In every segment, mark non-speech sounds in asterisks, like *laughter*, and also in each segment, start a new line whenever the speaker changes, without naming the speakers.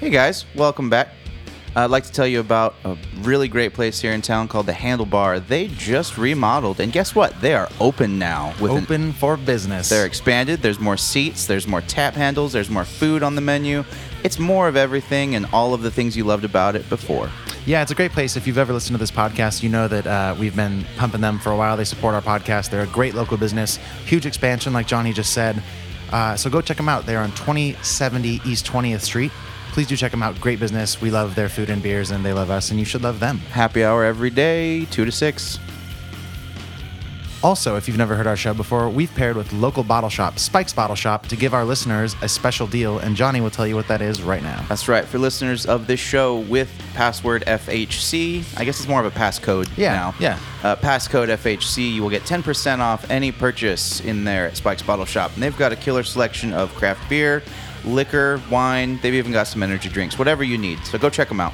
Hey guys, welcome back. I'd like to tell you about a really great place here in town called the Handlebar. They just remodeled, and guess what? They are open now. With an-
Open for business.
they're expanded. There's more seats. There's more tap handles. There's more food on the menu. It's more of everything and all of the things you loved about it before.
Yeah, it's a great place. If you've ever listened to this podcast, you know that uh, we've been pumping them for a while. They support our podcast. They're a great local business, huge expansion, like Johnny just said. Uh, so go check them out. They're on 2070 East 20th Street. Please do check them out. Great business. We love their food and beers, and they love us, and you should love them.
Happy hour every day, two to six.
Also, if you've never heard our show before, we've paired with local bottle shop, Spike's Bottle Shop, to give our listeners a special deal, and Johnny will tell you what that is right now.
That's right. For listeners of this show with password FHC, I guess it's more of a passcode
Yeah,
now.
yeah.
Uh, passcode FHC, you will get 10% off any purchase in there at Spike's Bottle Shop. And they've got a killer selection of craft beer, liquor, wine. They've even got some energy drinks, whatever you need. So go check them out.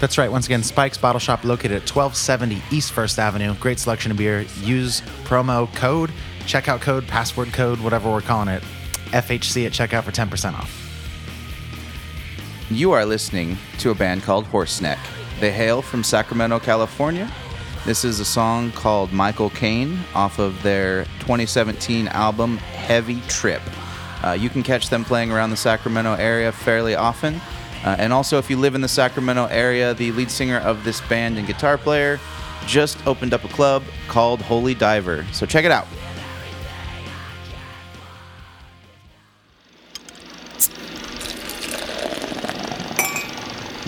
That's right. Once again, Spike's Bottle Shop located at 1270 East First Avenue. Great selection of beer. Use promo code, checkout code, password code, whatever we're calling it. FHC at checkout for 10% off.
You are listening to a band called Horseneck. They hail from Sacramento, California. This is a song called Michael Caine off of their 2017 album Heavy Trip. Uh, you can catch them playing around the Sacramento area fairly often. Uh, and also, if you live in the Sacramento area, the lead singer of this band and guitar player just opened up a club called Holy Diver. So check it out.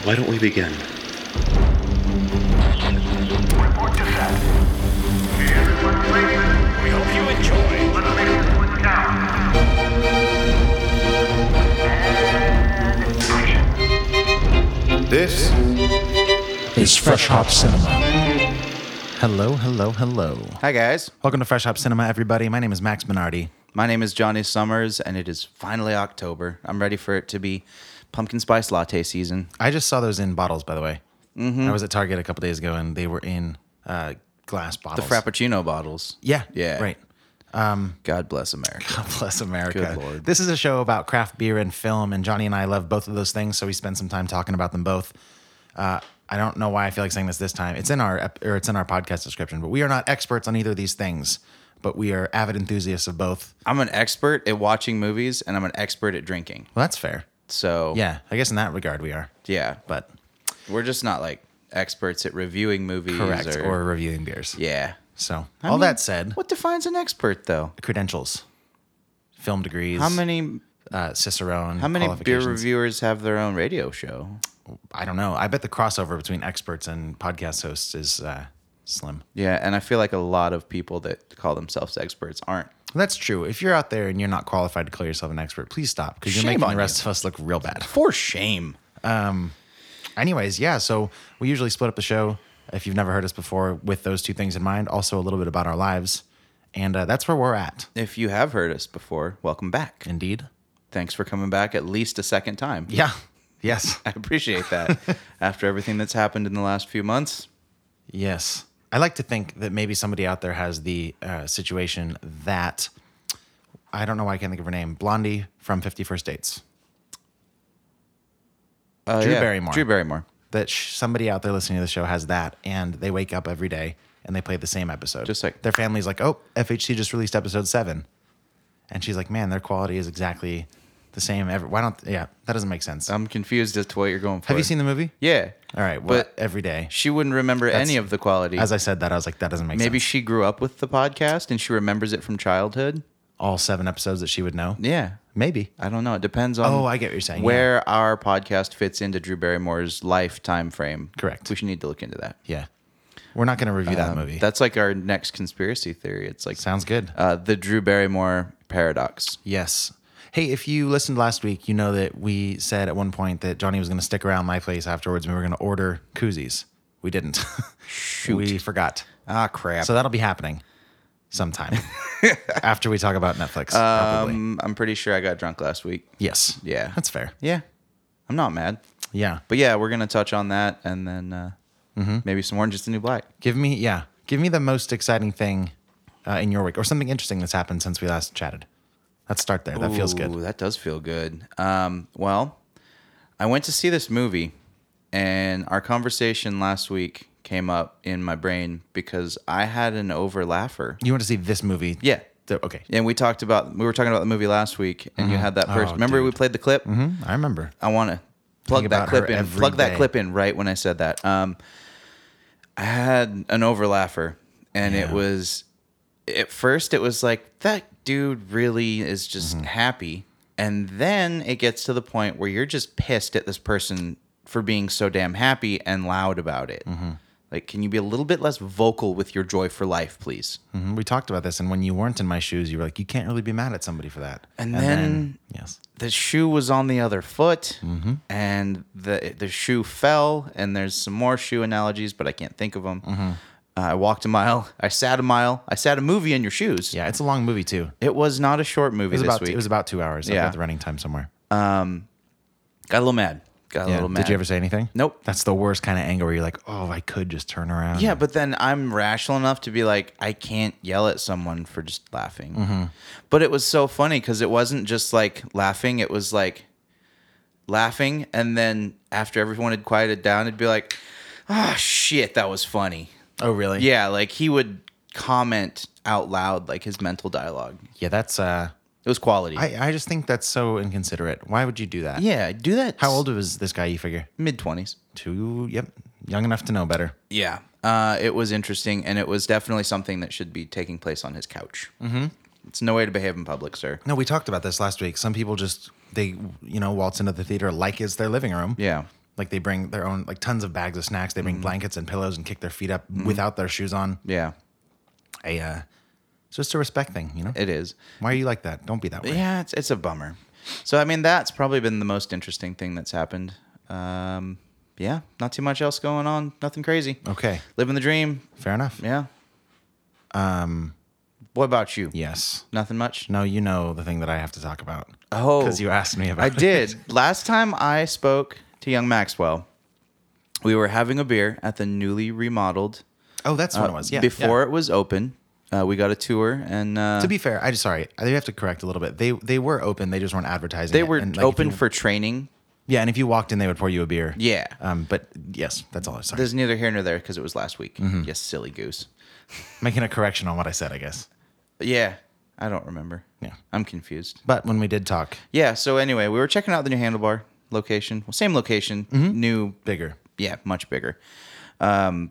Why don't we begin?
Report to set. Everyone please. We hope you enjoy. Let's make this one count. And action.
This
is Fresh Hop Cinema.
Hello, hello, hello.
Hi, guys.
Welcome to Fresh Hop Cinema, everybody. My name is Max Minardi.
My name is Johnny Summers, and it is finally October. I'm ready for it to be pumpkin spice latte season.
I just saw those in bottles, by the way.
Mm-hmm.
I was at Target a couple days ago and they were in uh, glass bottles.
Frappuccino bottles.
Yeah.
Yeah.
Right.
God bless America.
God *laughs* bless America.
Good Lord.
This is a show about craft beer and film, and Johnny and I love both of those things, so we spend some time talking about them both. Uh, I don't know why I feel like saying this this time. It's in our ep- or it's in our podcast description, but we are not experts on either of these things, but we are avid enthusiasts of both.
I'm an expert at watching movies, and I'm an expert at drinking.
Well, that's fair.
So
Yeah, I guess in that regard we are,
yeah. But
but
we're just not like experts at reviewing movies.
correct
Or,
or reviewing beers.
yeah.
So
I
all
mean,
that said,
what defines an expert though?
credentials, film degrees,
How many?
uh, Cicerone,
How many beer
qualifications.
reviewers have their own radio show?
I don't know. I bet the crossover between experts and podcast hosts is uh, slim.
Yeah, and I feel like a lot of people that call themselves experts aren't.
That's true. If you're out there and you're not qualified to call yourself an expert, please stop because you're
Shame
making
on
the rest
you.
of us look real bad.
For shame.
Anyways, yeah. So we usually split up the show, if you've never heard us before, with those two things in mind. Also, a little bit about our lives. And uh, that's where we're at.
If you have heard us before, welcome back.
Indeed.
Thanks for coming back at least a second time.
Yeah. Yes.
*laughs* I appreciate
*laughs*
that. After everything that's happened in the last few months,
Yes. I like to think that maybe somebody out there has the uh, situation that I don't know why I can't think of her name Blondie from 51st Dates.
uh,
Drew Barrymore.
Drew Barrymore.
that sh- somebody out there listening to the show has that and they wake up every day and they play the same episode.
Just like-
their family's like, oh, FHC just released episode seven. And she's like, man, their quality is exactly the same. Every- Why don't, yeah, that doesn't make sense.
I'm confused as to what you're going for.
Have you seen the movie?
Yeah.
All right. Well,
but
every day.
she wouldn't remember
That's-
any of the quality.
As I said that, I was like, that doesn't make
Maybe
sense.
she grew up with the podcast and she remembers it from childhood.
All seven episodes that she would know?
Yeah.
Maybe.
I don't know. It depends on.
Oh, I get what you're saying,
Where our podcast fits into Drew Barrymore's lifetime frame.
Correct.
We should need to look into that.
Yeah. We're not going to review that
Um,
movie.
That's like our next conspiracy theory. It's like
Sounds good.
uh, the Drew Barrymore paradox.
Yes. Hey, if you listened last week, you know that we said at one point that Johnny was going to stick around my place afterwards and we were going to order koozies. We didn't. *laughs* Shoot. We forgot.
Ah, crap.
So that'll be happening
*laughs*
sometime after we talk about Netflix. probably.
Um, I'm pretty sure I got drunk last week.
Yes.
yeah.
That's fair.
Yeah, I'm not mad.
Yeah.
But yeah, we're gonna touch on that, and then uh,
Mm-hmm.
maybe some orange is the new black.
Give me, yeah. Give me the most exciting thing uh, in your week or something interesting that's happened since we last chatted. Let's start there. That feels
Ooh,
good.
That does feel good. Um, well, I went to see this movie, and our conversation last week came up in my brain because I had an over laugher.
You want to see this movie?
Yeah.
The- okay.
And we talked about we were talking about the movie last week, and you had that person.
Oh,
Remember we
dude.
played the clip.
Mm, I remember.
I want to plug
Think
that
about
clip
her
in.
every
Plug that
day.
clip in right when I said that. Um, I had an overlapper, and it
Yeah.
was at first it was like that dude really is just
Mm-hmm.
happy, and then it gets to the point where you're just pissed at this person for being so damn happy and loud about it.
Mm-hmm.
Like, can you be a little bit less vocal with your joy for life, please?
Mhm, We talked about this, and when you weren't in my shoes, you were like, you can't really be mad at somebody for that.
And then-
yes,
the shoe was on the other foot
Mm-hmm.
and the the shoe fell and there's some more shoe analogies but i can't think of them
Mm-hmm.
uh, i walked a mile i sat a mile i sat a movie in your shoes
yeah, it's a long movie too.
it was not a short movie
It was
this
about
week
it was about two hours.
Yeah.
Yeah, the running time somewhere.
got a little mad got a
Yeah.
little mad
Did you ever say anything?
Nope.
That's the worst kind of anger where you're like, oh, I could just turn around.
yeah but then i'm rational enough to be like i can't yell at someone for just laughing but it was so funny because it wasn't just like laughing it was like laughing and then after everyone had quieted down it'd be like oh shit that was funny
Oh, really?
Yeah, like he would comment out loud like his mental dialogue.
Yeah, that's. uh
It was quality.
I I just think that's so inconsiderate. Why would you do that?
yeah, do that.
How old was this guy? You figure
Mid twenties.
two. Yep, young enough to know better.
Yeah, uh, it was interesting, and it was definitely something that should be taking place on his couch. Mm-hmm. It's no way to behave in public, sir.
No, we talked about this last week. Some people just they you know waltz into the theater like it's their living room.
Yeah.
Like they bring their own like tons of bags of snacks. They bring
Mm.
blankets and pillows and kick their feet up
Mm-hmm.
without their shoes on.
Yeah,
I uh, it's just a respect thing, you know.
it is.
Why are you like that? Don't be that way.
Yeah, it's it's a bummer. So I mean, that's probably been the most interesting thing that's happened. Um, yeah, not too much else going on. Nothing crazy.
Okay.
Living the dream.
Fair enough.
Yeah. Um, what about you?
Yes.
Nothing much.
Um, No, you know the thing that I have to talk about.
Oh.
because you asked me about.
I
it.
did. Last time I spoke to young Maxwell, we were having a beer at the newly remodeled.
*laughs* Oh, that's what it
uh,
was. Yeah.
before
yeah.
it was open, uh, we got a tour and uh,
To be fair, I just sorry. I have to correct a little bit. They they were open. They just weren't advertising.
they
it.
were
And, like, if
open
you-
for training.
Yeah, and if you walked in, they would pour you a beer.
Yeah.
Um, but yes, that's all. I'm Sorry,
There's neither here nor there because it was last week. Yes, silly goose.
making a correction on what I said, I guess.
But yeah, I don't remember.
Yeah.
I'm confused.
But when we did talk,
Yeah. So anyway, we were checking out the new handlebar location. Well, same location, new
bigger.
yeah, much bigger. Um,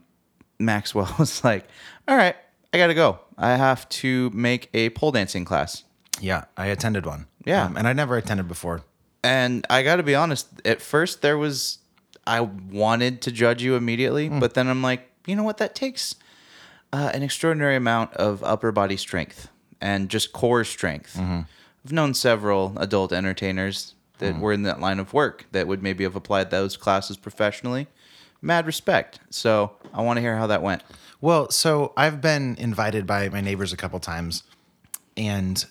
Maxwell *laughs* was like, "All right, I gotta go. I have to make a pole dancing class."
Yeah, I attended one. Um,
Yeah.
and I never attended before.
And I gotta be honest. At first, there was I wanted to judge you immediately, but then I'm like, you know what? That takes uh, an extraordinary amount of upper body strength and just core strength. I've known several adult entertainers that were in that line of work that would maybe have applied those classes professionally. Mad respect. So I want to hear how that went.
Well, so I've been invited by my neighbors a couple times, and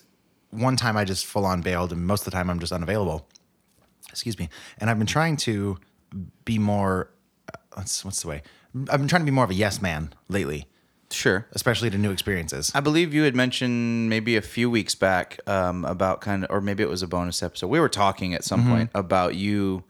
one time I just full on bailed, and most of the time I'm just unavailable. Excuse me. And I've been trying to be more. uh, What's what's the way? I've been trying to be more of a yes man lately,
Sure.
especially to new experiences.
I believe you had mentioned maybe a few weeks back um, about kind of, or maybe it was a bonus episode. We were talking at some
Mm-hmm.
point about you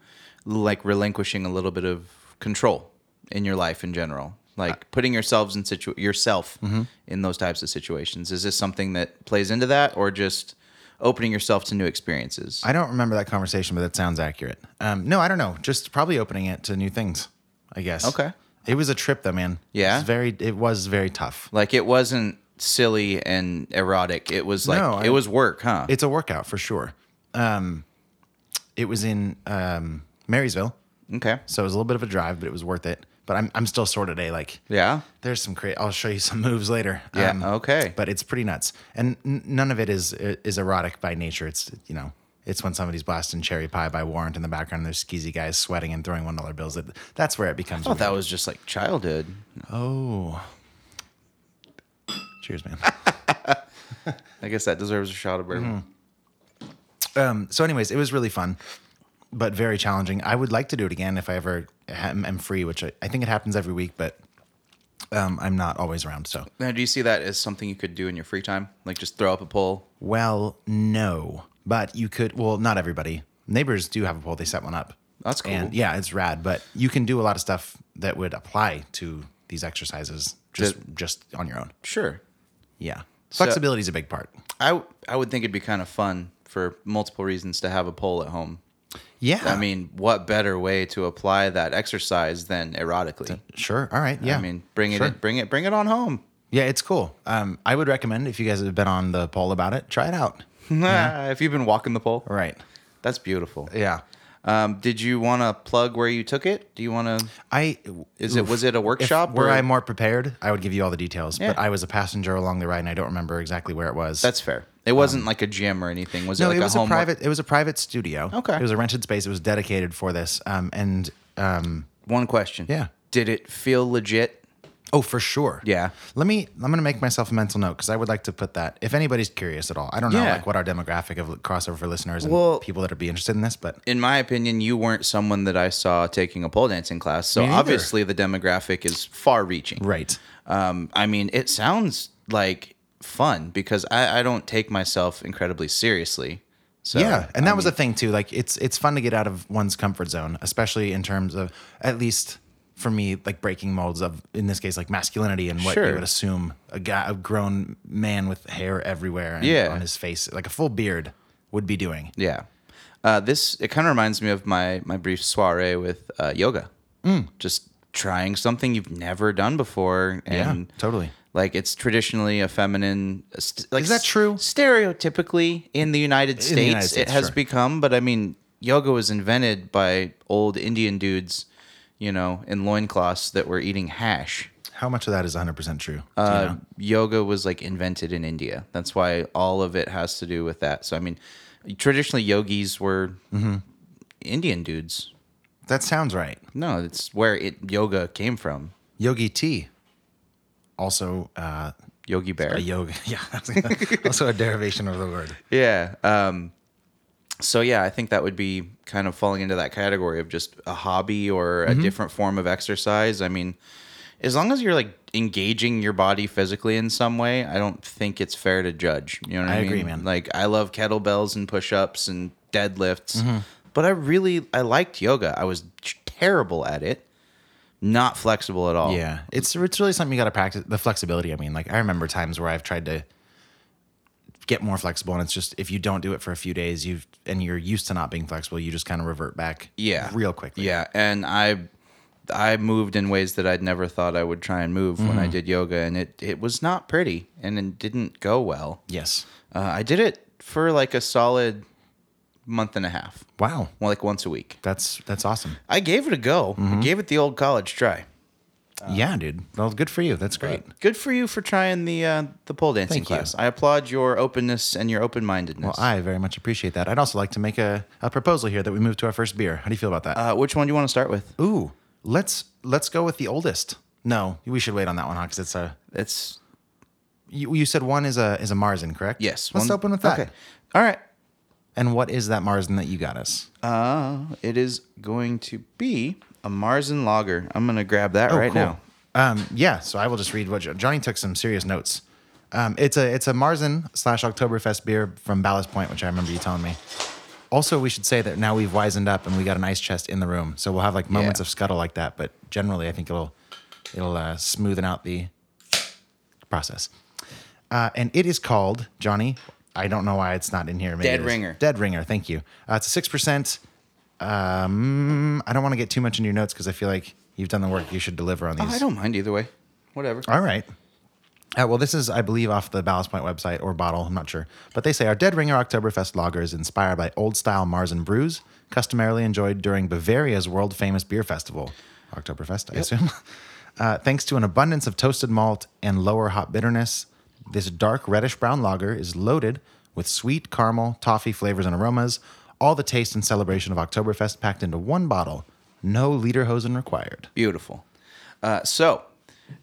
like relinquishing a little bit of control in your life in general,
Uh,
like putting yourselves in situ yourself
Mm-hmm.
in those types of situations. Is this something that plays into that, or just opening yourself to new experiences?
I don't remember that conversation, but that sounds accurate. Um, no, I don't know. Just probably opening it to new things, I guess.
Okay.
It was a trip though, man.
Yeah?
It was very it was very tough.
like it wasn't silly and erotic. It was like
No, I-
it was work, huh?
It's a workout for sure. Um, it was in um, Marysville,
okay.
so it was a little bit of a drive, but it was worth it. But I'm I'm still sore today. Like
Yeah.
there's some cra I'll show you some *laughs* moves later. Um,
Yeah, okay.
But it's pretty nuts, and n- none of it is is erotic by nature. It's you know, it's when somebody's blasting "Cherry Pie" by Warrant in the background. There's skeezy guys sweating and throwing one dollar bills. That that's where it becomes.
I thought
weird.
that was just like childhood.
oh. Cheers, man.
I guess that deserves a shot of bourbon.
Um, so, anyways, it was really fun, but very challenging. I would like to do it again if I ever am, am free, which I, I think it happens every week, but um, I'm not always around. So,
Now, do you see that as something you could do in your free time? Like just throw up a pole?
well, no, but you could. Well, not everybody. Neighbors do have a pole; they set one up.
That's Oh, cool.
And yeah, it's rad. But you can do a lot of stuff that would apply to these exercises just just on your own.
Sure.
Yeah, flexibility is a big part.
I w- I would think it'd be kind of fun for multiple reasons to have a pole at home.
Yeah,
I mean, what better way to apply that exercise than erotically?
sure. All right. Yeah,
I mean, bring it,
Sure.
bring it, bring it on home. *laughs*
Yeah, it's cool. Um, I would recommend if you guys have been on the poll about it, try it out.
if you've been walking the pole,
Right.
that's beautiful.
Yeah.
Um, did you want to plug where you took it? Do you want to?
I
Is it- was it a
if
workshop
Were
or-
I more prepared, I would give you all the details.
Yeah.
But I was a passenger along the ride, and I don't remember exactly where it was.
That's fair. It wasn't like a gym or anything. Was
Um, no,
it like
it was a,
home
private. It was a private studio.
Okay.
It was a rented space. It was dedicated for this. Um, and um,
One question.
Yeah.
Did it feel legit?
oh, for sure.
Yeah.
Let me. I'm gonna make myself a mental note because I would like to put that. If anybody's curious at all, I don't know
Yeah.
like what our demographic of crossover listeners and
Well-
people that would be interested in this, but
In my opinion, you weren't someone that I saw taking a pole dancing class. So
Me neither.
obviously the demographic is far reaching.
right.
Um, I mean, it sounds like fun because I, I don't take myself incredibly seriously. So um,
yeah, and that was the thing too. Like it's it's fun to get out of one's comfort zone, especially in terms of at least for me, like breaking molds of in this case like masculinity and what
Sure.
you would assume a guy, a grown man with hair everywhere and
Yeah.
on his face, like a full beard, would be doing.
Yeah. Uh, this it kind of reminds me of my my brief soiree with uh, yoga.
Mm.
Just trying something you've never done before. And
totally.
Like it's traditionally a feminine. St- like
Is that
s-
true?
Stereotypically in the United States,
the United States,
it has
sure.
become. But I mean, yoga was invented by old Indian dudes, you know, in loincloths that were eating hash.
How much of that is 100 percent true? Do you
Uh,
know?
yoga was like invented in India. That's why all of it has to do with that. So I mean, traditionally yogis were Indian dudes.
That sounds right.
No, it's where it yoga came from.
Yogi T, also uh,
Yogi Bear.
a yoga, *laughs* yeah, also a derivation of the word.
yeah. Um, so yeah, I think that would be kind of falling into that category of just a hobby or a
Mm-hmm.
different form of exercise. I mean, as long as you're like engaging your body physically in some way, I don't think it's fair to judge. You know what I,
I
mean?
agree, man.
Like I love kettlebells and push-ups and deadlifts,
Mm-hmm.
but I really I liked yoga. I was terrible at it. Not flexible at all.
Yeah, it's it's really something you got to practice. The flexibility. I mean, like I remember times where I've tried to get more flexible, and it's just if you don't do it for a few days, you have and you're used to not being flexible, you just kind of revert back.
yeah
real quickly.
yeah and i i moved in ways that i'd never thought i would try and move when
Mm-hmm.
i did yoga and it it was not pretty and it didn't go well
Yes.
uh, i did it for like a solid month and a half
Wow.
well like once a week
That's that's awesome.
i gave it a go
Mm-hmm.
I gave it the old college try Uh,
yeah, dude. Well, good for you. That's great.
good for you for trying the uh, the pole dancing
Thank you.
class i applaud your openness and your open-mindedness
Well, I very much appreciate that. I'd also like to make a, a proposal here that we move to our first beer. How do you feel about that?
uh, which one do you want to start with
Ooh, let's let's go with the oldest. No, we should wait on that one, huh? Because it's a
it's
you, you said one is a is a Marzen, correct?
yes
Let's
one-
open with that.
okay all right
And what is that Marzen that you got us?
Uh, it is going to be a Marzen lager. I'm going to grab that right
Oh, cool.
now.
Um, yeah, so I will just read what Jo- Johnny took some serious notes. Um, it's a it's a Marzen slash Oktoberfest beer from Ballast Point, which I remember you telling me. Also, we should say that now we've wizened up and we got an ice chest in the room, so we'll have like moments
Yeah.
of scuttle like that. But generally, I think it'll it'll uh, smoothen out the process. Uh, and it is called Johnny. I don't know why it's not in here. Maybe
Dead
it is.
Ringer.
Dead Ringer. Thank you. Uh, it's a six percent. Um, I don't want to get too much in your notes because I feel like you've done the work. You should deliver on these.
Oh, I don't mind either way. Whatever.
All right. Uh, well, this is, I believe, off the Ballast Point website or bottle. I'm not sure. But they say our Dead Ringer Oktoberfest lager is inspired by old style Marzen brews, customarily enjoyed during Bavaria's world famous beer festival, Oktoberfest, I assume. *laughs* Uh, thanks to an abundance of toasted malt and lower hop bitterness, this dark reddish brown lager is loaded with sweet caramel, toffee flavors and aromas, all the taste and celebration of Oktoberfest packed into one bottle. No lederhosen required.
Beautiful. Uh, so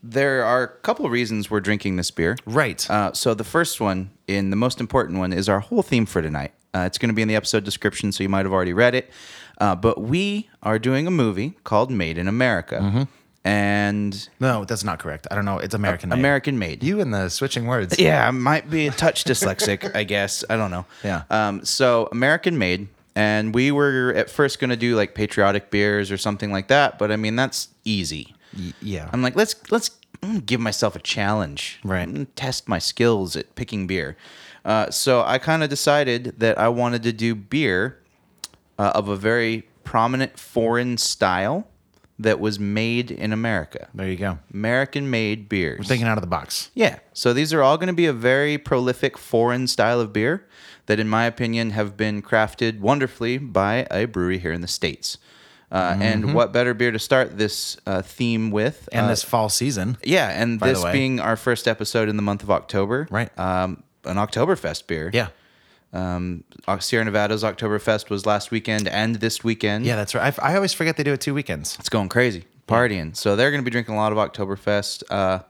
there are a couple reasons we're drinking this beer.
Right.
Uh, so the first one and the most important one is our whole theme for tonight. Uh, it's going to be in the episode description, so you might have already read it. Uh, but we are doing a movie called Made in America.
Mm-hmm.
And
No, that's not correct. I don't know. It's American. made.
American Made.
You and the switching words.
Yeah, I might be a touch dyslexic, I guess. I don't know.
Yeah.
Um, so American Made, And we were at first going to do like patriotic beers or something like that, but I mean that's easy.
yeah.
I'm like, let's let's I'm gonna give myself a challenge.
Right.
I'm gonna test my skills at picking beer. Uh, so I kind of decided that I wanted to do beer uh, of a very prominent foreign style that was made in America.
there you go.
American made beers.
Thinking out of the box.
Yeah. So these are all going to be a very prolific foreign style of beer that, in my opinion, have been crafted wonderfully by a brewery here in the States. Uh, And what better beer to start this uh, theme with?
Mm-hmm. And
uh,
this fall season.
yeah, and
by the
this
way.
being our first episode in the month of October,
Right.
Um, an Oktoberfest beer.
Yeah.
Uh, Sierra Nevada's Oktoberfest was last weekend and this weekend.
Yeah, that's right. I, I always forget they do it two weekends.
it's going crazy, partying. So they're going to be drinking a lot of Oktoberfest. Uh,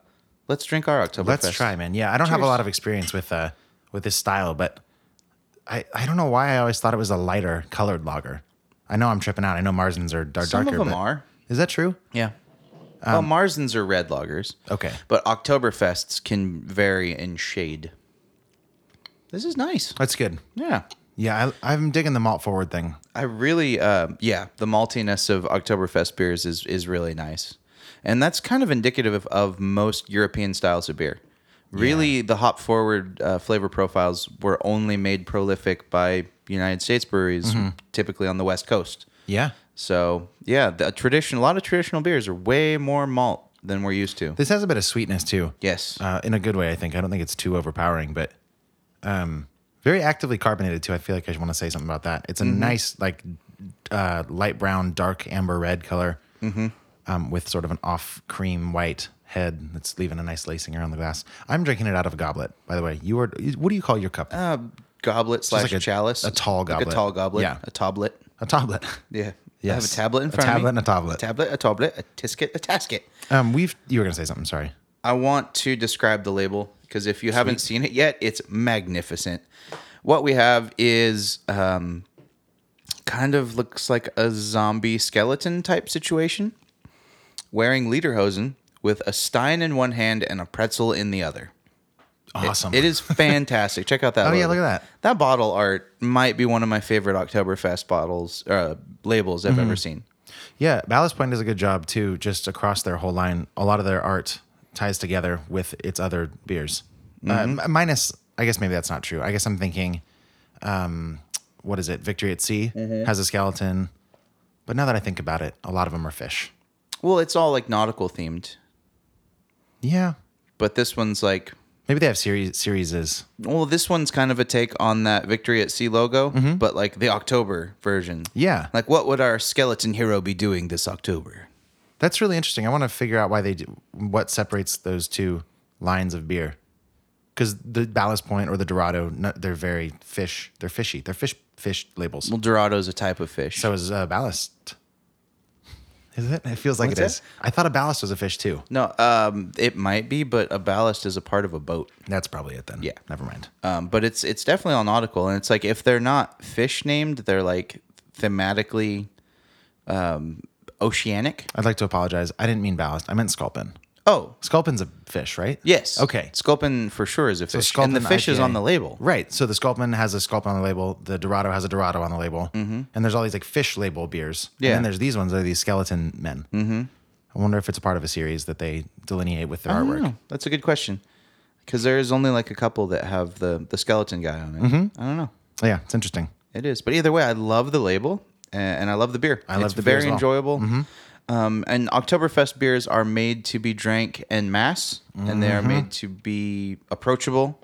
let's drink our Oktoberfest.
Let's try, man. Yeah, I don't have a
Cheers.
lot of experience with uh with this style, but I I don't know why I always thought it was a lighter colored lager. I know I'm tripping out. I know Marzins are, are
Some
darker.
of them
but-
are.
Is that true?
Yeah. well, Marzens are red lagers.
Okay.
But Oktoberfests can vary in shade. This is nice.
That's good.
Yeah.
Yeah, I, I'm digging the malt forward thing.
I really, uh, yeah, the maltiness of Oktoberfest beers is is really nice, and that's kind of indicative of, of most European styles of beer. Really, the hop forward uh, flavor profiles were only made prolific by United States breweries, typically on the West Coast.
Yeah.
So, yeah, the tradition, a lot of traditional beers are way more malt than we're used to.
This has a bit of sweetness too.
yes,
Uh, in a good way, I think. I don't think it's too overpowering, but um, very actively carbonated too. I feel like I want to say something about that. It's a
Mm-hmm.
nice, like, uh, light brown, dark amber red color
Mm-hmm.
um, with sort of an off cream white head that's leaving a nice lacing around the glass. I'm drinking it out of a goblet, by the way. You are, what do you call your cup?
Uh, goblet slash
like a-
chalice,
a tall
Like a
goblet.
tall goblet,
Yeah.
a tablet.
a tablet.
Yeah, I have a
Yes.
tablet in
A
front of me.
tablet and a tablet.
a tablet, a tablet, a tisket, a tasket.
Um, we've, you were going to say something, sorry.
I want to describe the label because if you haven't seen it yet, it's magnificent. What we have is um, kind of looks like a zombie skeleton type situation, wearing lederhosen with a stein in one hand and a pretzel in the other. It-
Awesome.
it is fantastic. Check out that.
*laughs* Oh, yeah,
logo.
look at that.
That bottle art might be one of my favorite Oktoberfest bottles uh, labels I've
Mm-hmm.
ever seen.
Yeah, Ballast Point does a good job too, just across their whole line. A lot of their art ties together with its other beers. Uh, m- minus, I guess maybe that's not true. I guess I'm thinking, um, what is it? Victory at Sea has a skeleton. But now that I think about it, a lot of them are fish.
Well, it's all like nautical themed,
Yeah.
but this one's like
Maybe they have series serieses.
Well, this one's kind of a take on that Victory at Sea logo, but like the October version.
Mm-hmm. Yeah.
Like, what would our skeleton hero be doing this October?
That's really interesting. I want to figure out why they do, what separates those two lines of beer. Because the Ballast Point or the Dorado, no- they're very fish. They're fishy. They're fish fish labels.
Well, Dorado's a type of fish.
So is uh, ballast. Is it? It feels like
What's
it
that?
is. I thought a ballast was a fish too.
no, um, it might be, but a ballast is a part of a boat.
That's probably it then.
Yeah.
Never mind.
Um, but it's it's definitely all nautical, and it's like if they're not fish named, they're like thematically um, oceanic.
I'd like to apologize. I didn't mean ballast. I meant sculpin.
Oh,
Sculpin's a fish, right?
yes.
Okay.
Sculpin for sure is a
So
fish, and the
sculpin
fish is
IPA.
on the label.
Right. So the sculpin has a sculpin on the label. The Dorado has a Dorado on the label. And there's all these like fish label beers.
Yeah.
And then there's these ones that are these skeleton men. Mm-hmm. I wonder if it's a part of a series that they delineate with their artwork.
Oh, that's a good question. Because there is only like a couple that have the the skeleton guy on it.
Mm-hmm.
I don't know.
Yeah. It's interesting.
It is, but either way, I love the label a- and I love the beer.
I love
it's
the beer
very
as well. Mm-hmm.
enjoyable. Um, and Oktoberfest beers are made to be drank en masse, and they are
Mm-hmm.
made to be approachable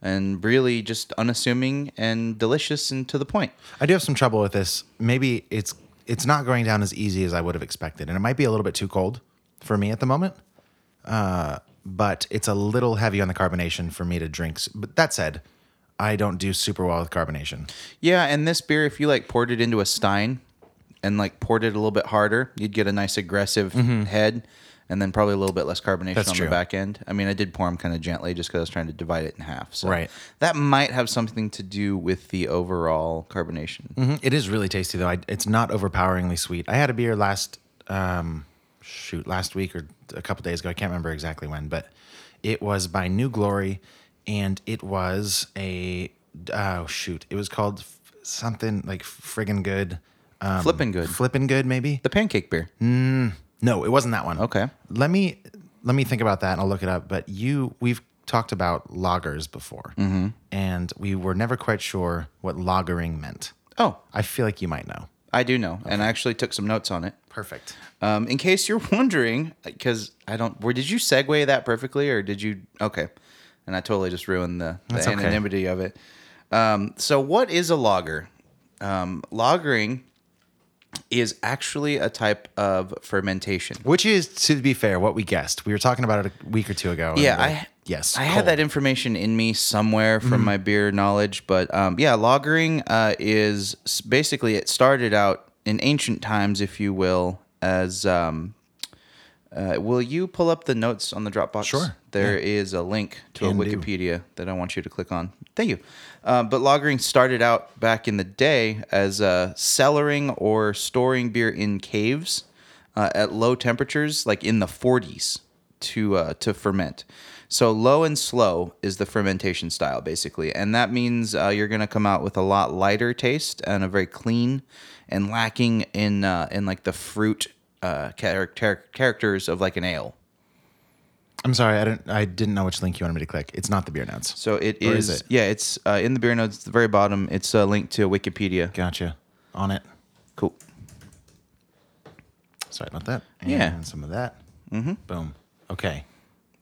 and really just unassuming and delicious and to the point.
I do have some trouble with this. Maybe it's it's not going down as easy as I would have expected, and it might be a little bit too cold for me at the moment. Uh, but it's a little heavy on the carbonation for me to drink. S- But that said, I don't do super well with carbonation.
Yeah, and this beer, if you like poured it into a stein and like poured it a little bit harder, you'd get a nice aggressive head, and then probably a little bit less carbonation
Mm-hmm. That's
on
true.
the back end. I mean, I did pour them kind of gently just because I was trying to divide it in half. So
Right.
that might have something to do with the overall carbonation.
It is really tasty though. I, it's not overpoweringly sweet. I had a beer last um, shoot last week or a couple days ago. I can't remember exactly when, but it was by New Glory, and it was a oh shoot, it was called something like friggin' good. Um, Mm.
Flippin' Good.
Flippin' good, maybe.
The pancake beer.
No, it wasn't that one.
Okay.
Let me let me think about that and I'll look it up. But you, we've talked about loggers before,
Mm-hmm.
and we were never quite sure what lagering meant.
Oh,
I feel like you might know.
I do know, and I actually took some notes on it.
Perfect.
Um, in case you're *laughs* wondering, because I don't, where did you segue that perfectly, or did you? Okay, and I totally just ruined the, the
That's okay.
anonymity of it. Um, so, what is a lager? Um, lagering is actually a type of fermentation.
Which is, to be fair, what we guessed. We were talking about it a week or two ago. and
Yeah,
we're-
I
yes, Mm-hmm.
I had
cold.
that information in me somewhere from my beer knowledge, but um, yeah, lagering uh, is s- basically it started out in ancient times, if you will, as. Um, uh, will you pull up the notes on the Dropbox?
Sure,
There is a link to a
Can do.
Wikipedia that I want you to click on. Thank you. Um, but lagering started out back in the day as uh, cellaring or storing beer in caves uh, at low temperatures, like in the 40s, to uh, to ferment. So low and slow is the fermentation style, basically, and that means uh, you're gonna come out with a lot lighter taste and a very clean and lacking in uh, in like the fruit uh, character characters of like an ale.
I'm sorry, I didn't. I didn't know which link you wanted me to click. It's not the beer notes.
So it
Or is
is,
it?
yeah, it's uh, in the beer notes at the very bottom. It's a link to Wikipedia.
Gotcha. On it.
Cool.
Sorry about that. And
Yeah.
some of that. Mm-hmm. Boom. Okay.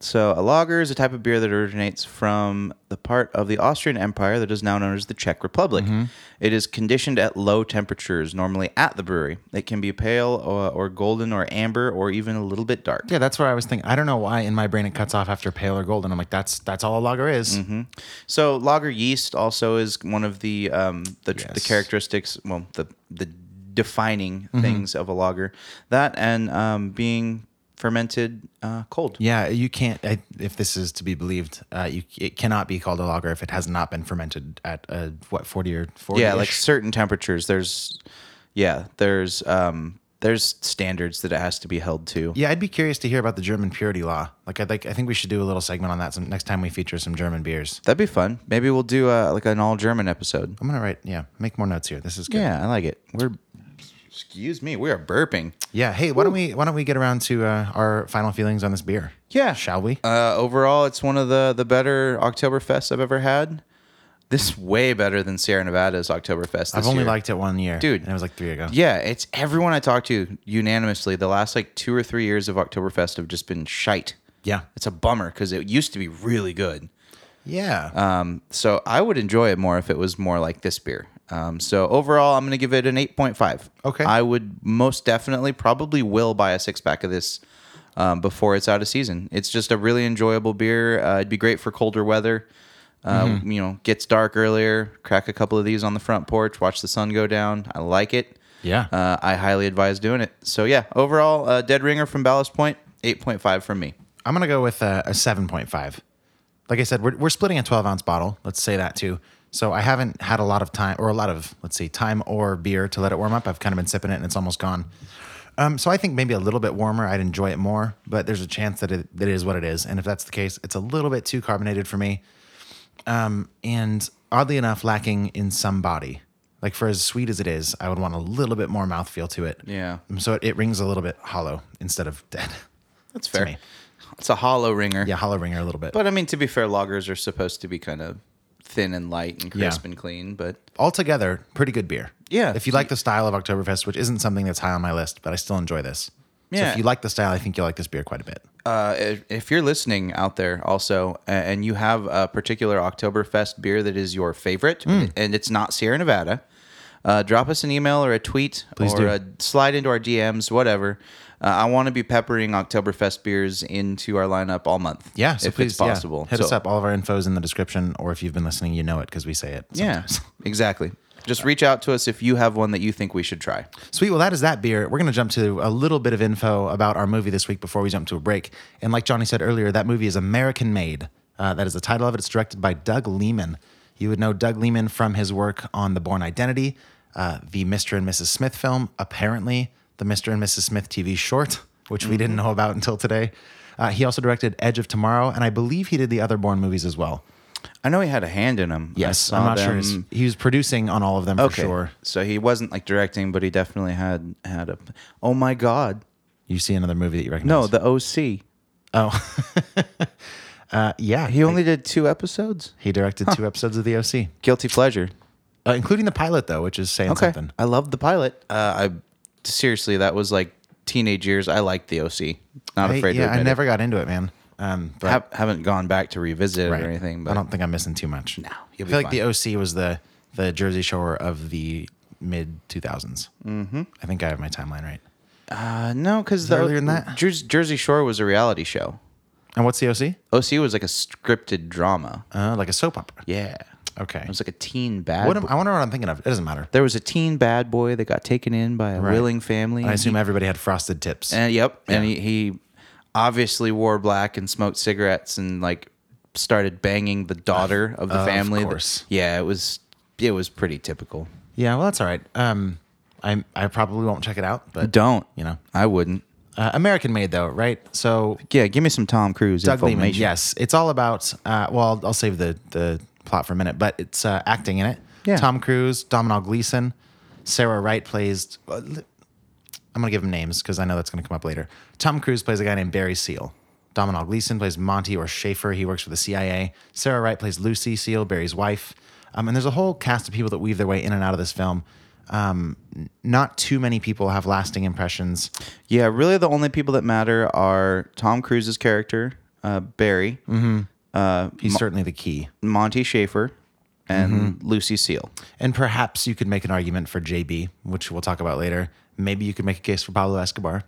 So a lager is a type of beer that originates from the part of the Austrian Empire that is now known as the Czech Republic.
Mm-hmm.
It is conditioned at low temperatures, normally at the brewery. It can be pale or, or golden or amber or even a little bit dark.
Yeah, that's where I was thinking. I don't know why in my brain it cuts off after pale or golden. I'm like, that's that's all a lager is.
Mm-hmm. So lager yeast also is one of the um, the, tr the
Yes. Mm-hmm.
characteristics, well, the the defining things of a lager. That and um, being fermented uh, cold.
Yeah, you can't. I, if this is to be believed, uh, you it cannot be called a lager if it has not been fermented at uh, what forty or forty.
yeah like certain temperatures there's yeah there's um there's standards that it has to be held to
Yeah, I'd be curious to hear about the German purity law. Like, I'd like. I think we should do a little segment on that some, next time we feature some German beers.
that'd be fun maybe we'll do uh, like an all german episode
I'm gonna write. Yeah, make more notes here. This is good.
yeah i like it we're excuse me we are burping
Yeah, Hey, why don't we why don't we get around to uh, our final feelings on this beer?
Yeah.
Shall we?
uh overall it's one of the the better oktoberfests i've ever had this is way better than sierra nevada's oktoberfest this
I've only
year.
liked it one year,
Dude.
and it was like three ago.
yeah, it's everyone I talk to unanimously. The last like two or three years of Oktoberfest have just been shite.
Yeah.
It's a bummer because it used to be really good.
Yeah.
Um, so I would enjoy it more if it was more like this beer. Um, so overall, I'm going to give it an 8.5.
Okay.
I would most definitely, probably will buy a six pack of this um, before it's out of season. It's just a really enjoyable beer. Uh, it'd be great for colder weather. Uh, You know, gets dark earlier. Crack a couple of these on the front porch. Watch the sun go down. I like it.
Yeah.
Uh, I highly advise doing it. So yeah, overall, uh, Dead Ringer from Ballast Point, 8.5 from me.
I'm gonna go with a, a 7.5. Like I said, we're, we're splitting a 12 ounce bottle. Let's say that too. So I haven't had a lot of time or a lot of let's see time or beer to let it warm up. I've kind of been sipping it and it's almost gone. Um, so I think maybe a little bit warmer, I'd enjoy it more. But there's a chance that it, that it is what it is, and if that's the case, it's a little bit too carbonated for me. Um, and oddly enough, lacking in some body. Like for as sweet as it is, I would want a little bit more mouthfeel to it.
Yeah.
So it, it rings a little bit hollow instead of dead.
That's
To
fair.
me.
It's a hollow ringer.
Yeah, hollow ringer a little bit.
But I mean, to be fair, loggers are supposed to be kind of thin and light and crisp
Yeah.
and clean. But
altogether, pretty good beer.
Yeah.
If you like the style of Oktoberfest, which isn't something that's high on my list, but I still enjoy this. So
Yeah.
if you like the style, I think you'll like this beer quite a bit.
uh, if, if you're listening out there also, a- and you have a particular Oktoberfest beer that is your favorite,
Hmm.
and it's not Sierra Nevada, uh, drop us an email or a tweet
Please
or
do.
A slide into our DMs, whatever. Uh, I want to be peppering Oktoberfest beers into our lineup all month.
Yeah. So
if
please,
it's
yeah,
possible.
hit
So-
us up. All of our info's in the description, or if you've been listening, you know it because we say it.
Yeah,
*laughs* sometimes.
exactly. Just reach out to us if you have one that you think we should try.
Sweet. Well, that is that beer. We're going to jump to a little bit of info about our movie this week before we jump to a break. And like Johnny said earlier, that movie is American Made. Uh, that is the title of it. It's directed by Doug Lehman. You would know Doug Lehman from his work on The Born Identity, uh, the Mr. and Mrs. Smith film, apparently, the Mr. and Mrs. Smith TV short, which we
Mm-hmm.
didn't know about until today. Uh, he also directed Edge of Tomorrow, and I believe he did the other Born movies as well.
I know he had a hand in them.
Yes,
I
I'm
saw
not sure.
them-
His, he was producing on all of them
okay,
for sure.
so he wasn't like directing, but he definitely had had a. Oh my God!
You see another movie that you recognize?
No, the OC.
oh, uh, yeah.
He only did two episodes.
he directed two episodes of The OC,
Guilty pleasure.
uh, including the pilot though, which is saying
Okay,
something.
I loved the pilot. Uh, I seriously, that was like teenage years. I liked the OC. Not
I,
afraid to
yeah,
admit
I
it.
never got into it, man. Um, but
Hap- haven't gone back to revisit
right.
it or anything. But
I don't think I'm missing too much. No, I
you'll
feel
be
like the OC was the the Jersey Shore of the mid 2000s. Mm-hmm. I think I have my timeline right.
Uh, no, because
earlier than that?
Jersey Shore was a reality show.
And what's the OC?
OC was like a scripted drama.
Uh, like a soap opera.
Yeah,
Okay.
it was like a teen bad.
What am,
boy.
I wonder what I'm thinking of. It doesn't matter.
there was a teen bad boy that got taken in by a
Right.
willing family.
I assume everybody had frosted tips.
And yep, and he, he obviously wore black and smoked cigarettes and like started banging the daughter of the
Of
family.
course.
Yeah, it was it was pretty typical.
yeah, well, that's all right. Um, I I probably won't check it out, but
Don't
you know?
I wouldn't.
Uh, American made though, right? So
Yeah, give me some Tom Cruise
Doug Liman,
information.
yes, it's all about. Uh, well, I'll, I'll save the the plot for a minute, but it's uh, acting in it.
Yeah.
Tom Cruise, Domhnall Gleeson, Sarah Wright plays. uh, li- I'm gonna give them names because I know that's gonna come up later. Tom Cruise plays a guy named Barry Seal. Domhnall Gleeson plays Monty or Schaefer. He works for the CIA. Sarah Wright plays Lucy Seal, Barry's wife. Um, and there's a whole cast of people that weave their way in and out of this film. Um, n- not too many people have lasting impressions.
Yeah, really the only people that matter are Tom Cruise's character, uh, Barry,
Mm-hmm. He's certainly the key.
Monty Schaefer, and
Mm-hmm.
Lucy Seal.
And perhaps you could make an argument for JB, which we'll talk about later. Maybe you could make a case for Pablo Escobar.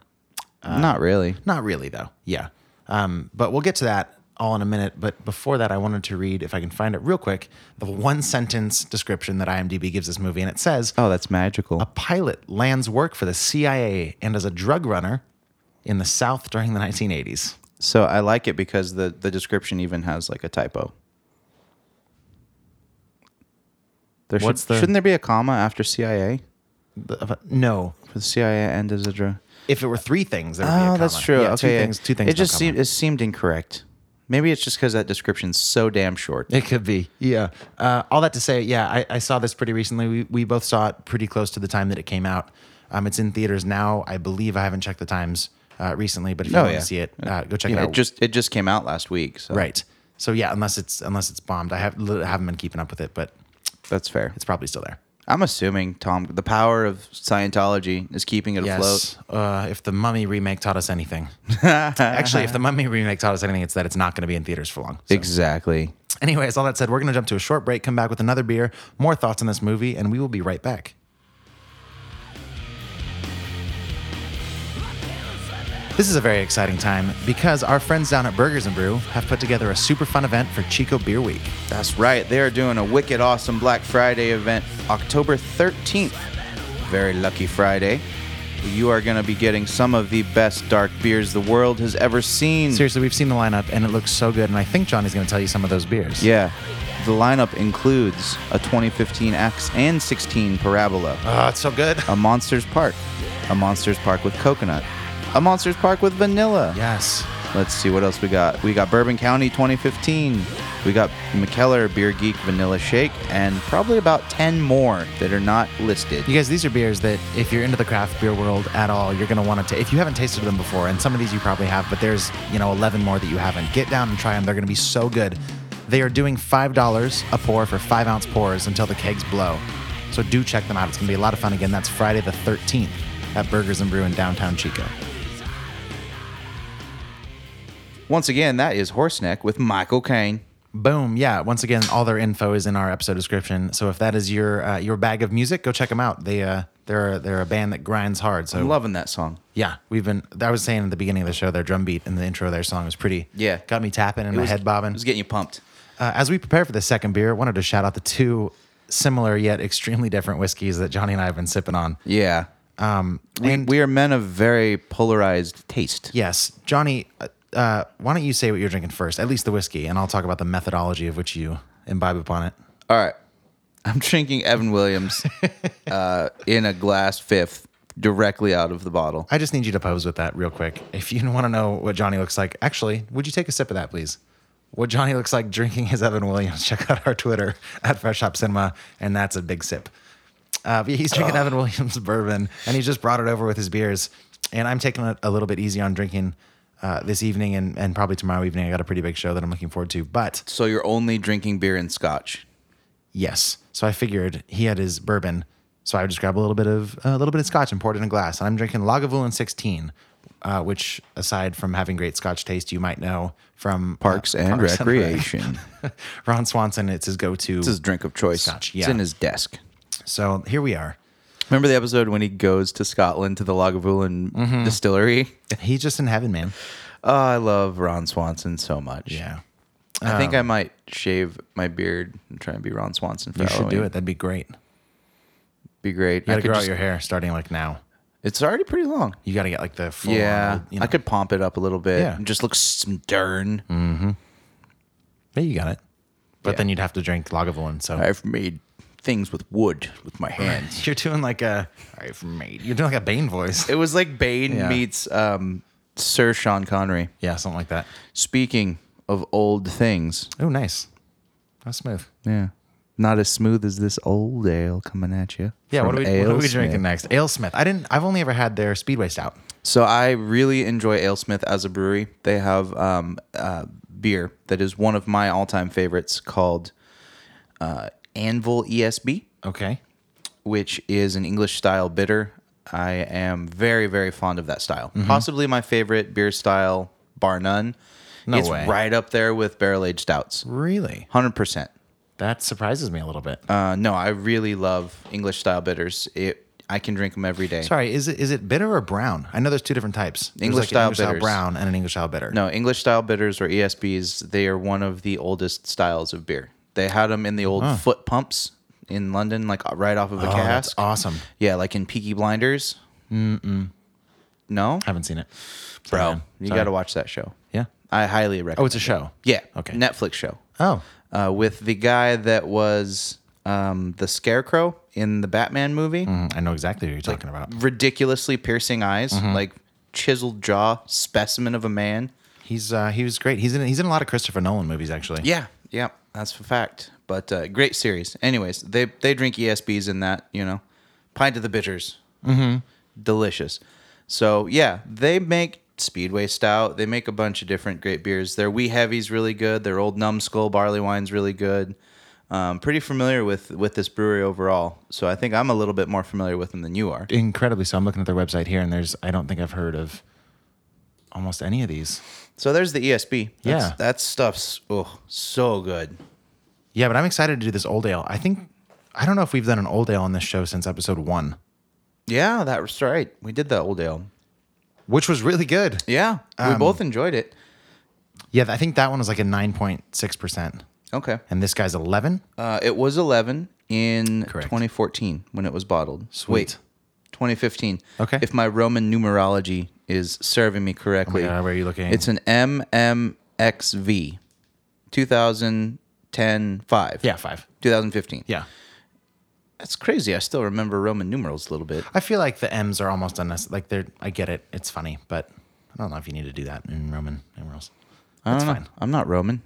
Uh,
Not really.
Not really, though. Yeah. Um, but we'll get to that all in a minute. But before that, I wanted to read, if I can find it real quick, the one sentence description that IMDb gives this movie. And it says
Oh, that's magical.
A pilot lands work for the CIA and as a drug runner in the South during the 1980s.
So I like it because the, the description even has like a typo. There should,
What's the-
Shouldn't there be a comma after CIA?
The- uh, No.
For the CIA and as a drug.
If it were three things, there would be a
Oh,
comma.
that's true.
Yeah,
okay,
two
yeah.
things. Two things.
It
no
just
comma.
seemed it seemed incorrect. Maybe it's just because that description's so damn short.
It could be. Yeah. Uh, all that to say, yeah, I, I saw this pretty recently. We, we both saw it pretty close to the time that it came out. Um, it's in theaters now. I believe I haven't checked the times uh, recently, but if you
Oh,
want
yeah.
to see it, uh, go check
Yeah,
it out.
it just it just came out last week. So
right. So yeah, unless it's unless it's bombed, I have li- haven't been keeping up with it, but
that's fair.
it's probably still there.
I'm assuming Tom, the power of Scientology is keeping it afloat.
Uh, if the Mummy remake taught us anything, actually, if the Mummy remake taught us anything, it's that it's not going to be in theaters for long. So.
Exactly.
Anyways, all that said, we're going to jump to a short break, come back with another beer, more thoughts on this movie, and we will be right back. This is a very exciting time because our friends down at Burgers and Brew have put together a super fun event for Chico Beer Week.
That's right. They are doing a wicked awesome Black Friday event October 13th. Very lucky Friday. You are going to be getting some of the best dark beers the world has ever seen.
Seriously, we've seen the lineup and it looks so good, and I think Johnny's going to tell you some of those beers.
Yeah. The lineup includes a 2015 X and 16 Parabola,
Oh, it's so good.
a Monsters Park, a Monsters Park with coconut, a Monsters Park with vanilla.
Yes.
Let's see what else we got. We got Bourbon County 2015. We got McKellar Beer Geek Vanilla Shake, and probably about 10 more that are not listed.
You guys, these are beers that if you're into the craft beer world at all, you're going to want to. If you haven't tasted them before, and some of these you probably have, but there's you know 11 more that you haven't. Get down and try them. They're going to be so good. They are doing five dollars a pour for five ounce pours until the kegs blow. So do check them out. It's going to be a lot of fun. Again, that's Friday the 13th at Burgers and Brew in downtown Chico.
Once again, that is Horseneck with Michael Caine.
Boom. Yeah. Once again, all their info is in our episode description. So if that is your uh, your bag of music, go check them out. They uh they're they're a band that grinds hard. So
I'm loving that song.
Yeah, we've been. I was saying at the beginning of the show, their drum beat and the intro of their song was pretty.
Yeah.
got me tapping and
It
my
was-
head bobbing.
It was getting you pumped.
uh, as we prepare for the second beer, I wanted to shout out the two similar yet extremely different whiskeys that Johnny and I have been sipping on.
Yeah. Um, we,
and-
we are men of very polarized taste.
Yes, Johnny, uh, uh, why don't you say what you're drinking first, at least the whiskey, and I'll talk about the methodology of which you imbibe upon it.
All right. I'm drinking Evan *laughs* Williams uh, in a glass fifth directly out of the bottle.
I *laughs* just need you to pose with that real quick. If you want to know what Johnny looks like, actually, would you take a sip of that, please? what Johnny looks like drinking his Evan Williams. *laughs* Check out our Twitter at Fresh Hop Cinema, and that's a big sip. Uh, but he's drinking Evan Williams *laughs* bourbon, and he just brought it over with his beers. And I'm taking it a little bit easy on drinking uh, this evening, and, and probably tomorrow evening. I got a pretty big show that I'm looking forward to. But
So you're only drinking beer and scotch.
Yes. So I figured he had his bourbon, so I would just grab a little bit of a little bit of scotch and pour it in a glass. And I'm drinking Lagavulin 16, uh, which, aside from having great scotch taste, you might know from uh,
Parks and
Parks Rec.
Recreation.
*laughs* Ron Swanson, it's his go-to.
It's his drink of choice.
Scotch,
It's
yeah.
in his desk.
So here we are.
Remember the episode when he goes to Scotland to the Lagavulin
Mm-hmm.
distillery?
He's just in heaven, man.
Oh, I love Ron Swanson so much.
Yeah, Um,
I think I might shave my beard and try and be Ron Swanson for
you should do
Halloween.
it. That'd be great. You
Be great. I
gotta
Oh, could
grow out
just-
your hair starting like now.
It's already pretty long.
You gotta get like the full.
yeah,
on, Oh, you know.
I could pump it up a little bit
Yeah. Mm.
and just look stern.
Yeah, you got it. But
Yeah.
then you'd have to drink Lagavulin. So
I've made things with wood with my hands.
*laughs* you're doing like a. I've made. You're doing like a Bane voice.
it was like Bane
Yeah.
meets um, Sir Sean Connery.
Yeah, something like that.
Speaking of old things,
Oh, nice. That's smooth.
yeah, not as smooth as this old ale coming at you.
Yeah, what are,
from
we, what are we
Alesmith.
drinking next? AleSmith. I didn't. I've only ever had their Speedway Stout.
So I really enjoy AleSmith as a brewery. They have um, uh, beer that is one of my all-time favorites called uh, Anvil ESB,
Okay.
which is an English-style bitter. I am very, very fond of that style.
Mm-hmm.
Possibly my favorite beer style, bar none.
No
it's
way.
right up there with barrel-aged stouts.
Really?
Hundred percent.
That surprises me a little bit.
Uh, no, I really love English style bitters. It I can drink them every day.
Sorry. Is it is it bitter or brown? I know there's two different types. There's
English
like an
style
English style
bitters.
brown and an English style bitter.
No, English style bitters or ESBs, they are one of the oldest styles of beer. They had them in the old foot pumps in London, like uh, right off of a
Oh, that's
cask.
awesome.
Yeah, like in Peaky Blinders. Mm-mm. No?
Haven't seen it,
Bro,
man.
you
Sorry.
got to watch that show.
Yeah.
I highly recommend
Oh, it's a show.
Yeah.
Okay.
Netflix show
Oh.
uh, with the guy that was um, the scarecrow in the Batman movie.
Mm, I know exactly who you're talking about.
ridiculously piercing eyes, like chiseled jaw, specimen of a man.
He's uh, he was great. He's in he's in a lot of Christopher Nolan movies actually.
Yeah, yeah, that's a fact. But uh, great series. Anyways, they they drink ESBs in that, you know, pint of the bitters, mm-hmm. delicious. So yeah, they make Speedway Stout. They make a bunch of different great beers. Their wee heavy's really good. Their old numbskull barley wine's really good. Um, pretty familiar with with this brewery overall. So I think I'm a little bit more familiar with them than you are.
Incredibly. So I'm looking at their website here, and there's I don't think I've heard of almost any of these.
So there's the ESB. That's,
Yeah.
that stuff's oh so good.
Yeah, but I'm excited to do this old ale. I think I don't know if we've done an old ale on this show since episode one,
Yeah, that's right. We did the old ale. Um,
which was really good.
Yeah, we both enjoyed it.
Yeah, I think that one was like a nine point six percent,
Okay,
and this guy's eleven.
uh, it was 11 in
Correct.
2014 when it was bottled.
Sweet.
Wait, 2015.
Okay.
if my Roman numerology is serving me correctly,
Oh God, where are you looking?
It's an MMXV, 2010 five.
Yeah, five.
2015.
Yeah,
that's crazy. I still remember Roman numerals a little bit.
I feel like the M's are almost unnecessary. Like they're, I get it. It's funny, but I don't know if you need to do that in Roman numerals.
I
That's
don't know.
fine.
I'm not Roman,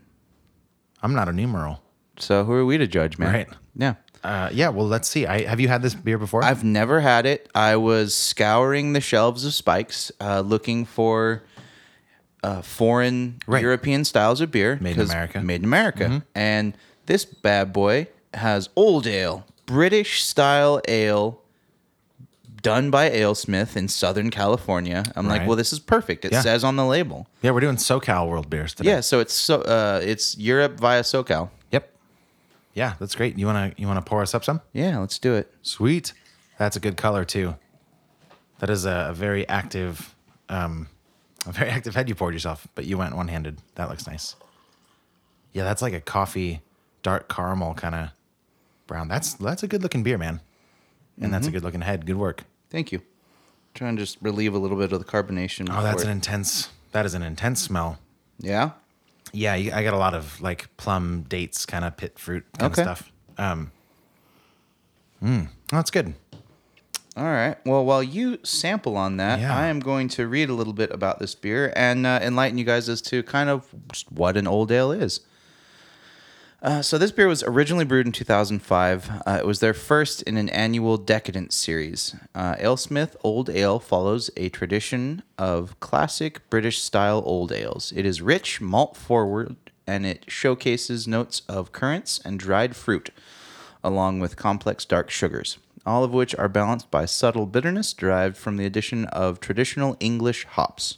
I'm not a numeral.
so who are we to judge, man?
Right.
Yeah.
Uh, yeah, well, let's see. I have you had this beer before?
I've never had it. I was scouring the shelves of Spikes, uh, looking for uh, foreign
Right.
European styles of beer.
Made in
'cause
America. Mm-hmm.
Made in America. And this bad boy has old ale, British style ale, done by AleSmith in Southern California. I'm like,
Right.
well, this is perfect. It
Yeah.
says on the label.
yeah, we're doing SoCal World beers today.
Yeah. So it's so uh, it's Europe via SoCal.
Yep. Yeah, that's great. You wanna you wanna pour us up some?
Yeah, let's do it.
Sweet. That's a good color too. That is a, a very active, um, a very *laughs* active head you poured yourself, but you went one handed. That looks nice. Yeah, that's like a coffee, dark caramel kind of brown. That's that's a good looking beer, man. And that's a good looking head. Mm-hmm. Good work.
Thank you. Try and just relieve a little bit of the carbonation.
Oh, that's
before
an
it-
intense. That is an intense smell.
yeah.
Yeah, you- I got a lot of like plum, dates, kind of pit fruit kind
Okay.
hmm. of stuff. Um, mm, that's good.
All right. Well, while you sample on that,
Yeah.
I am going to read a little bit about this beer and uh, enlighten you guys as to kind of just what an old ale is. Uh, so this beer was originally brewed in 2005. Uh, it was their first in an annual Decadent series. Uh, AleSmith Old Ale follows a tradition of classic British-style old ales. It is rich, malt-forward, and it showcases notes of currants and dried fruit, along with complex dark sugars, all of which are balanced by subtle bitterness derived from the addition of traditional English hops.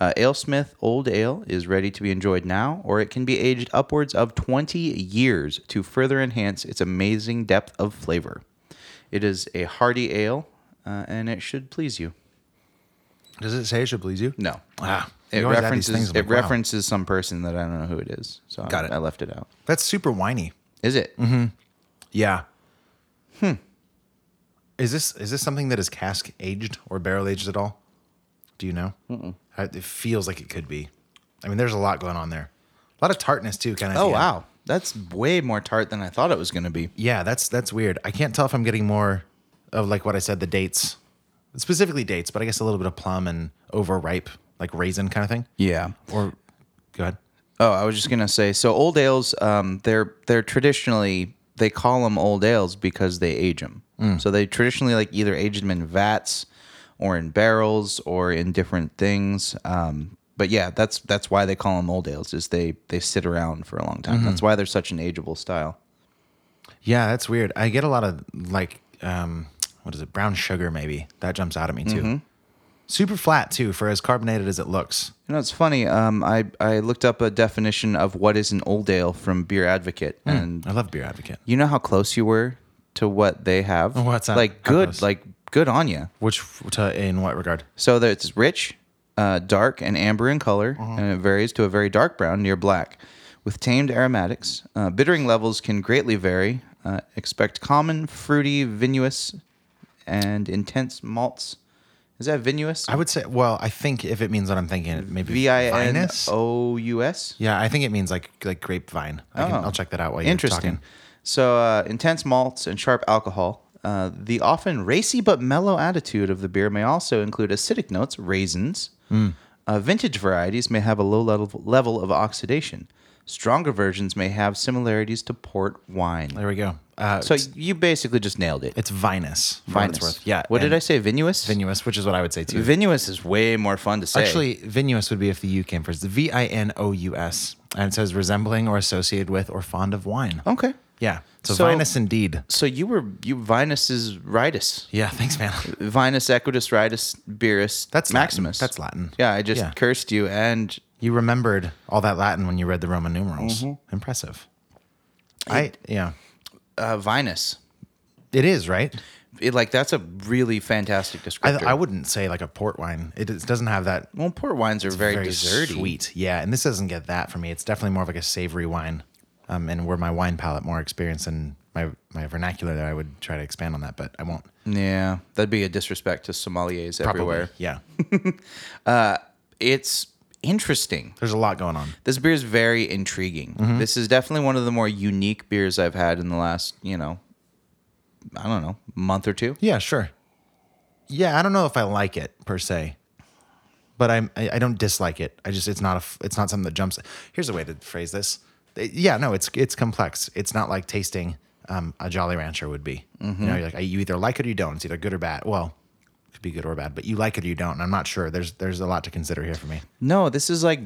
Uh, AleSmith Old Ale is ready to be enjoyed now, or it can be aged upwards of 20 years to further enhance its amazing depth of flavor. It is a hearty ale, uh, and it should please you.
Does it say it should please you?
No.
Ah,
It
you always add these
references
things, I'm
it
like, wow.
references some person that I don't know who it is, so
Got it. Mm-hmm.
I, I left it out.
That's super whiny.
Is it?
Yeah. Hmm. Is this is this something that is cask aged or barrel aged at all? Do you know? I- It feels like it could be. I mean, there's a lot going on there. A lot of tartness too, kind of.
Oh wow, that's way more tart than I thought it was going to be.
Yeah, that's that's weird. I can't tell if I'm getting more of like what I said, the dates, specifically dates, but I guess a little bit of plum and overripe, like raisin kind of thing.
Yeah.
Or go ahead.
Oh, I was just gonna say. So old ales, um, they're they're traditionally they call them old ales because they age them.
Mm.
So they traditionally like either age them in vats, or in barrels, or in different things. Um, but yeah, that's that's why they call them old ales. Is they they sit around for a long time.
Mm-hmm.
That's why they're such an ageable style.
Yeah, that's weird. I get a lot of like, um, what is it? Brown sugar, maybe that jumps out at me
Mm-hmm.
too. Super flat too, for as carbonated as it looks.
You know, it's funny. Um, I I looked up a definition of what is an old ale from Beer Advocate, and
I love Beer Advocate,
you know how close you were to what they have.
What's that?
Like
How
good,
close?
like good on you.
which to, in what regard?
So that it's rich, uh, dark, and amber in color,
Mm-hmm.
and it varies to a very dark brown near black, with tamed aromatics. Uh, bittering levels can greatly vary. Uh, expect common, fruity, vinous, and intense malts. Is that vinous?
I would say, well, I think if it means what I'm thinking, it maybe
V I N
vinous?
O U S.
Yeah, I think it means like like grapevine. I can,
Oh.
I'll check that out while you're
Interesting.
talking.
So uh, intense malts and sharp alcohol. Uh, the often racy but mellow attitude of the beer may also include acidic notes, raisins. Uh, vintage varieties may have a low level, level of oxidation. Stronger versions may have similarities to port wine.
There we go. Uh,
So you basically just nailed it.
it's vinous. for what it's
Vinous.
worth. Yeah.
What did
and
I say? Vinous.
Vinous, which is what I would say too.
Vinous is way more fun to say.
Actually, vinous would be if the U came first. The V I N O U S, and it says resembling or associated with or fond of wine.
okay.
Yeah. Oh. So,
So-
vinous indeed.
So you were you Vinus is ritus.
Yeah. Thanks, man.
Vinus equitus ritus beerus.
That's Latin.
Maximus.
That's Latin.
Yeah, I just
Yeah.
cursed you and
*laughs* You remembered all that Latin when you read the Roman numerals. Impressive. I yeah.
uh, Vinus.
It is right.
It, like that's a really fantastic
I,
descriptor.
I wouldn't say like a port wine. It is- doesn't have that
well, port wines are very,
very
desserty.
sweet. Yeah, and this doesn't get that for me. It's definitely more of like a savory wine, um, and where my wine palate more experienced and my my vernacular there, I would try to expand on that, but I won't.
Yeah, that'd be a disrespect to sommeliers
Probably.
everywhere.
Yeah.
It's interesting.
There's a lot going on.
This beer is very intriguing.
Mm-hmm.
This is definitely one of the more unique beers I've had in the last, you know, I don't know, month or two.
Yeah, sure. Yeah, I don't know if I like it per se, but I'm I, I don't dislike it. I just it's not a f- it's not something that jumps. Here's a way to phrase this. Uh, Yeah, no, it's it's complex. It's not like tasting um, a Jolly Rancher would be. You know, you're like I- you either like it or you don't. It's either good or bad. Well, it could be good or bad, but you like it or you don't. And I'm not sure. There's there's a lot to consider here for me.
No, this is like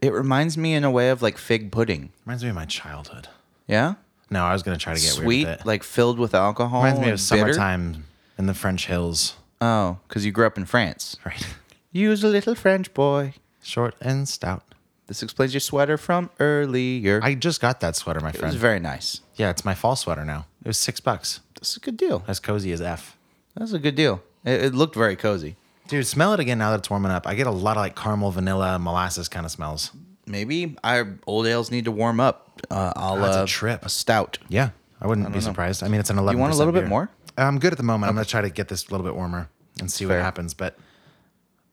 it reminds me in a way of like fig pudding.
Reminds me of my childhood.
Yeah,
No, I was gonna try to get
sweet,
weird with it.
like filled with alcohol.
reminds me
and
of
bitter.
summertime in the French hills.
Oh, because you grew up in France.
Right, *laughs*
Use a little French boy.
short and stout.
This explains your sweater from earlier.
I just got that sweater, my
It
friend.
was very nice.
Yeah, it's my fall sweater now. It was six bucks.
That's a good deal.
As cozy as F.
That's a good deal. It, it looked very cozy.
Dude, smell it again now that it's warming up. I get a lot of like caramel, vanilla, molasses kind of smells.
Maybe our old ales need to warm up. Uh, a la
That's a trip.
A stout.
Yeah, I wouldn't be surprised. I mean, it's an 11.
want a little bit
beer.
more?
I'm good at the moment. I'm gonna try to get this a little bit warmer and see
Fair. Um,
what happens. But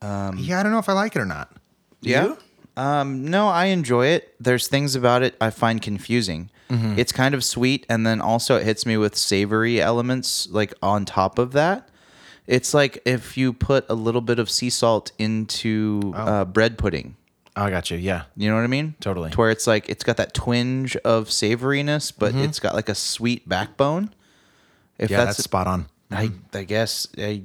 yeah, I don't know if I like it or not.
Yeah. Um, no, I enjoy it. There's things about it I find confusing.
Mm-hmm.
It's kind of sweet, and then also it hits me with savory elements like on top of that. It's like if you put a little bit of sea salt into uh, bread pudding.
Oh, I got you. Yeah.
You know what I mean?
Totally.
To where it's like it's got that twinge of savoriness, but it's got like a sweet backbone. If
Mm-hmm. Yeah, that's,
that's,
spot on.
I,
Mm-hmm.
I guess I,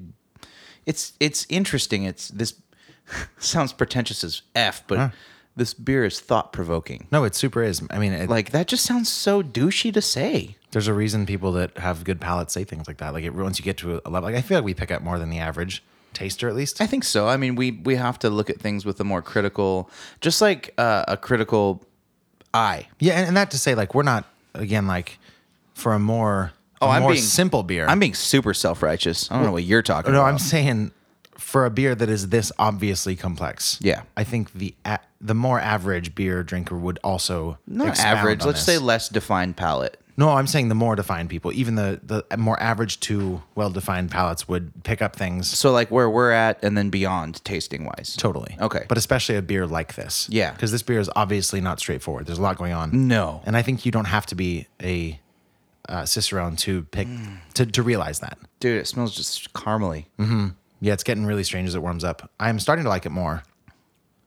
it's it's interesting. It's this *laughs* sounds pretentious as f, but
Huh.
this beer is thought provoking.
No, it super is. I mean, it, like
Like that just sounds so douchey to say.
there's a reason people that have good palates say things like that. Like it once you get to a level, like I feel like we pick up more than the average taster at least.
I think so. I mean, we we have to look at things with a more critical, just like uh, a critical eye.
yeah, and, and that to say, like we're not again like for a more
Oh,
a
I'm
more
being-
simple beer.
I'm being super self righteous. I don't know what you're talking
no,
about.
I'm saying for a beer that is this obviously complex.
Yeah.
I think the a- the more average beer drinker would also
not
expound
average.
on
Let's
this.
say less defined palate.
No, I'm saying the more defined people, even the the more average to well defined palates would pick up things
So like where we're at, and then beyond tasting wise.
totally.
Okay.
But especially a beer like this.
Yeah.
Because this beer is obviously not straightforward. There's a lot going on.
No.
And I think you don't have to be a uh, Cicerone to pick to, to realize that.
dude, it smells just caramely.
Yeah, it's getting really strange as it warms up. I'm starting to like it more.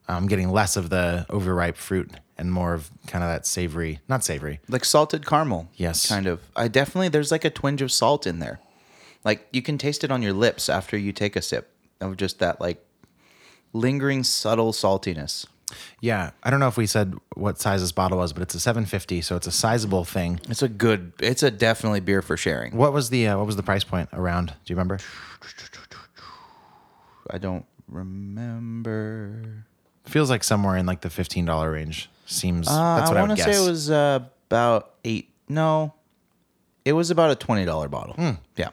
I'm getting less of the overripe fruit and more of kind of that savory, not savory.
like salted caramel.
Yes.
kind of. I definitely there's like a twinge of salt in there. Like you can taste it on your lips after you take a sip of just that like lingering subtle saltiness.
Yeah, I don't know if we said what size this bottle was, but it's a 750, so it's a sizable thing.
It's a good. It's a definitely beer for sharing.
What was the uh, what was the price point around? Do you remember?
I don't remember.
Feels like somewhere in like the fifteen dollar range. Seems
Uh,
that's what I,
I
would
want to
guess.
say it was uh, about eight. No, it was about a twenty dollar bottle. Yeah,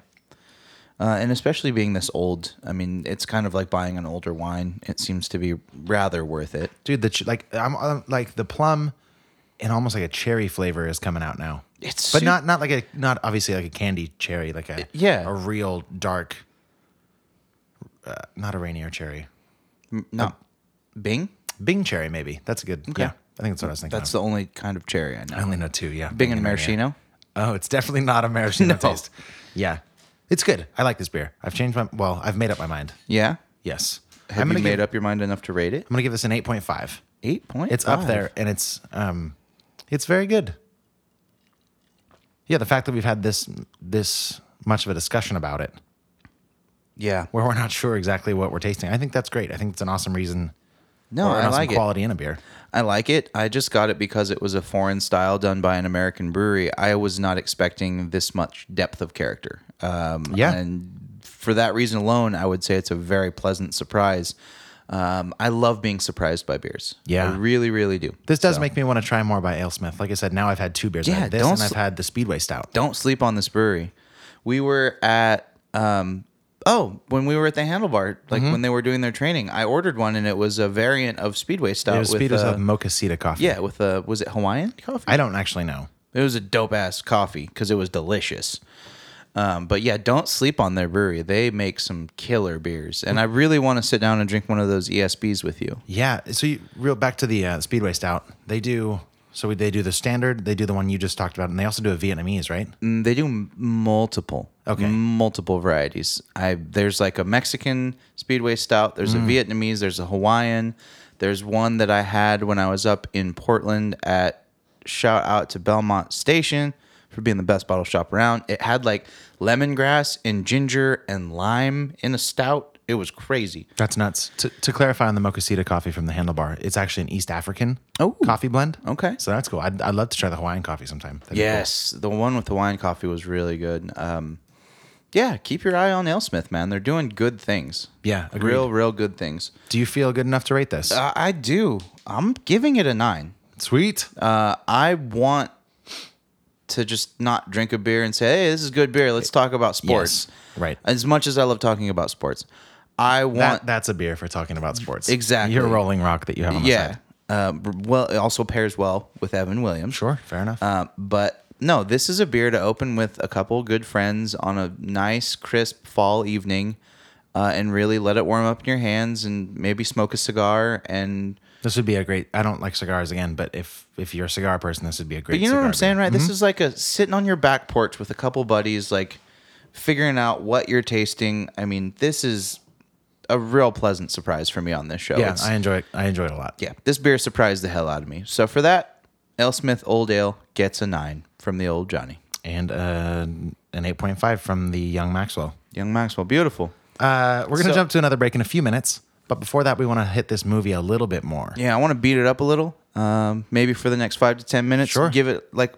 uh, and especially being this old, I mean, it's kind of like buying an older wine. It seems to be rather worth it.
dude. The ch- like I'm, i like the plum and almost like a cherry flavor is coming out now.
It's
but
su-
not not like a not obviously like a candy cherry, like a
yeah.
a real dark, uh, not a Rainier cherry,
Not Bing.
Bing cherry maybe. That's a good. Yeah, I think that's what I was thinking.
That's
of.
the only kind of cherry I know.
I only know two. Yeah,
Bing and
Rainier.
maraschino.
Oh, it's definitely not a
*laughs*
maraschino
No.
taste. Yeah, it's good. I like this beer. I've changed my well. I've made up my mind.
Yeah.
Yes.
Have
I'm
you
gonna
made
give,
up your mind enough to rate it?
I'm gonna give this an 8.5.
Eight point.
It's up there, and it's um, it's very good. Yeah, the fact that we've had this this much of a discussion about it,
Yeah.
where we're not sure exactly what we're tasting, I think that's great. I think it's an awesome reason.
No,
or
Oh,
an
I
awesome
like it.
quality in a beer.
I like it. I just got it because it was a foreign style done by an American brewery. I was not expecting this much depth of character. Um,
Yeah.
And for that reason alone, I would say it's a very pleasant surprise. Um, I love being surprised by beers.
Yeah.
I really, really do.
This does
So,
make me want to try more by AleSmith. Like I said, now I've had two beers. Yeah,
Yeah,
this
don't
and I've
sl-
had the Speedway Stout.
Don't sleep on this brewery. We were at. Um, Oh, when we were at the handlebar, like when they were doing their training, I ordered one and it was a variant of Speedway Stout
It was
with
Speedway
uh,
Stout Mocha Cita coffee.
yeah, with a was it Hawaiian coffee?
I don't actually know.
It was a dope ass coffee because it was delicious. Um, but yeah, don't sleep on their brewery. They make some killer beers, and I really want to sit down and drink one of those ESBs with you.
Yeah. So you real back to the uh, Speedway Stout. They do so we, they do the standard. They do the one you just talked about, and they also do a Vietnamese, right?
Mm, They do m- multiple,
Okay.
multiple varieties. I there's like a Mexican Speedway Stout. There's
Mm.
a Vietnamese. There's a Hawaiian. There's one that I had when I was up in Portland at shout out to Belmont Station for being the best bottle shop around. It had like lemongrass and ginger and lime in a stout. It was crazy.
That's nuts. To, to clarify on the Mochassita coffee from the Handlebar, it's actually an East African
Oh.
coffee blend.
Okay.
So that's cool. I'd, I'd love to try the Hawaiian coffee sometime. That'd be cool.
Yes, the one with the wine coffee was really good. Um, yeah, keep your eye on Alesmith, man. They're doing good things.
Yeah, agreed.
real, real good things.
Do you feel good enough to rate this?
I, Uh, I do. I'm giving it a nine.
Sweet.
Uh, I want to just not drink a beer and say, "Hey, this is good beer. Let's talk about sports."
Yes, right.
As much as I love talking about sports, I want
that, that's a beer for talking about sports.
Exactly.
Your rolling rock that you have on the
yeah.
side.
Uh, well, it also pairs well with Evan Williams.
Sure. Fair enough.
Um, but no, this is a beer to open with a couple good friends on a nice, crisp fall evening, uh, and really let it warm up in your hands, and maybe smoke a cigar. And
this would be a great. I don't like cigars again, but if if you're a cigar person, this would be a great.
but you know what
cigar
I'm saying,
beer.
right? This is like a sitting on your back porch with a couple buddies, like figuring out what you're tasting. I mean, this is a real pleasant surprise for me on this show.
Yeah,
It's-
I enjoy it. I enjoy it a lot.
yeah, this beer surprised the hell out of me. So for that, L. Smith Old Ale gets a nine from the old Johnny.
And uh, an 8.5 from the Young Maxwell.
Young Maxwell, beautiful.
Uh, we're going to
So-
jump to another break in a few minutes. But before that, we want to hit this movie a little bit more.
Yeah, I want to beat it up a little. Um, maybe for the next five to ten minutes.
Sure.
Give it like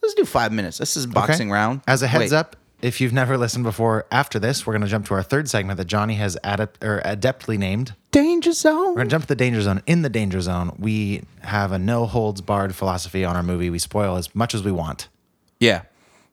let's do five minutes. This is
Okay?
boxing round.
As a heads
Wait,
up, if you've never listened before, after this, we're going to jump to our third segment that Johnny has adept, or adeptly named
danger zone.
We're gonna jump to the danger zone. In the danger zone, we have a no holds barred philosophy on our movie. We spoil as much as we want.
Yeah,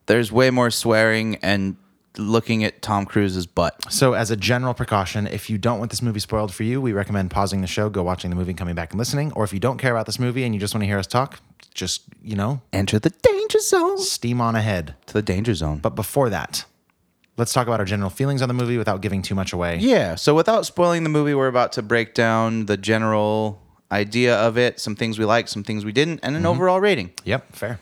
there's way more swearing and looking at Tom Cruise's butt.
So, as a general precaution, if you don't want this movie spoiled for you, we recommend pausing the show, go watching the movie, and coming back and listening. Or if you don't care about this movie and you just want to hear us talk, just you know,
Enter the danger zone.
steam on ahead.
To the danger zone.
But before that, let's talk about our general feelings on the movie without giving too much away.
Yeah. So without spoiling the movie, we're about to break down the general idea of it, some things we liked, some things we didn't, and an overall rating.
Yep, fair.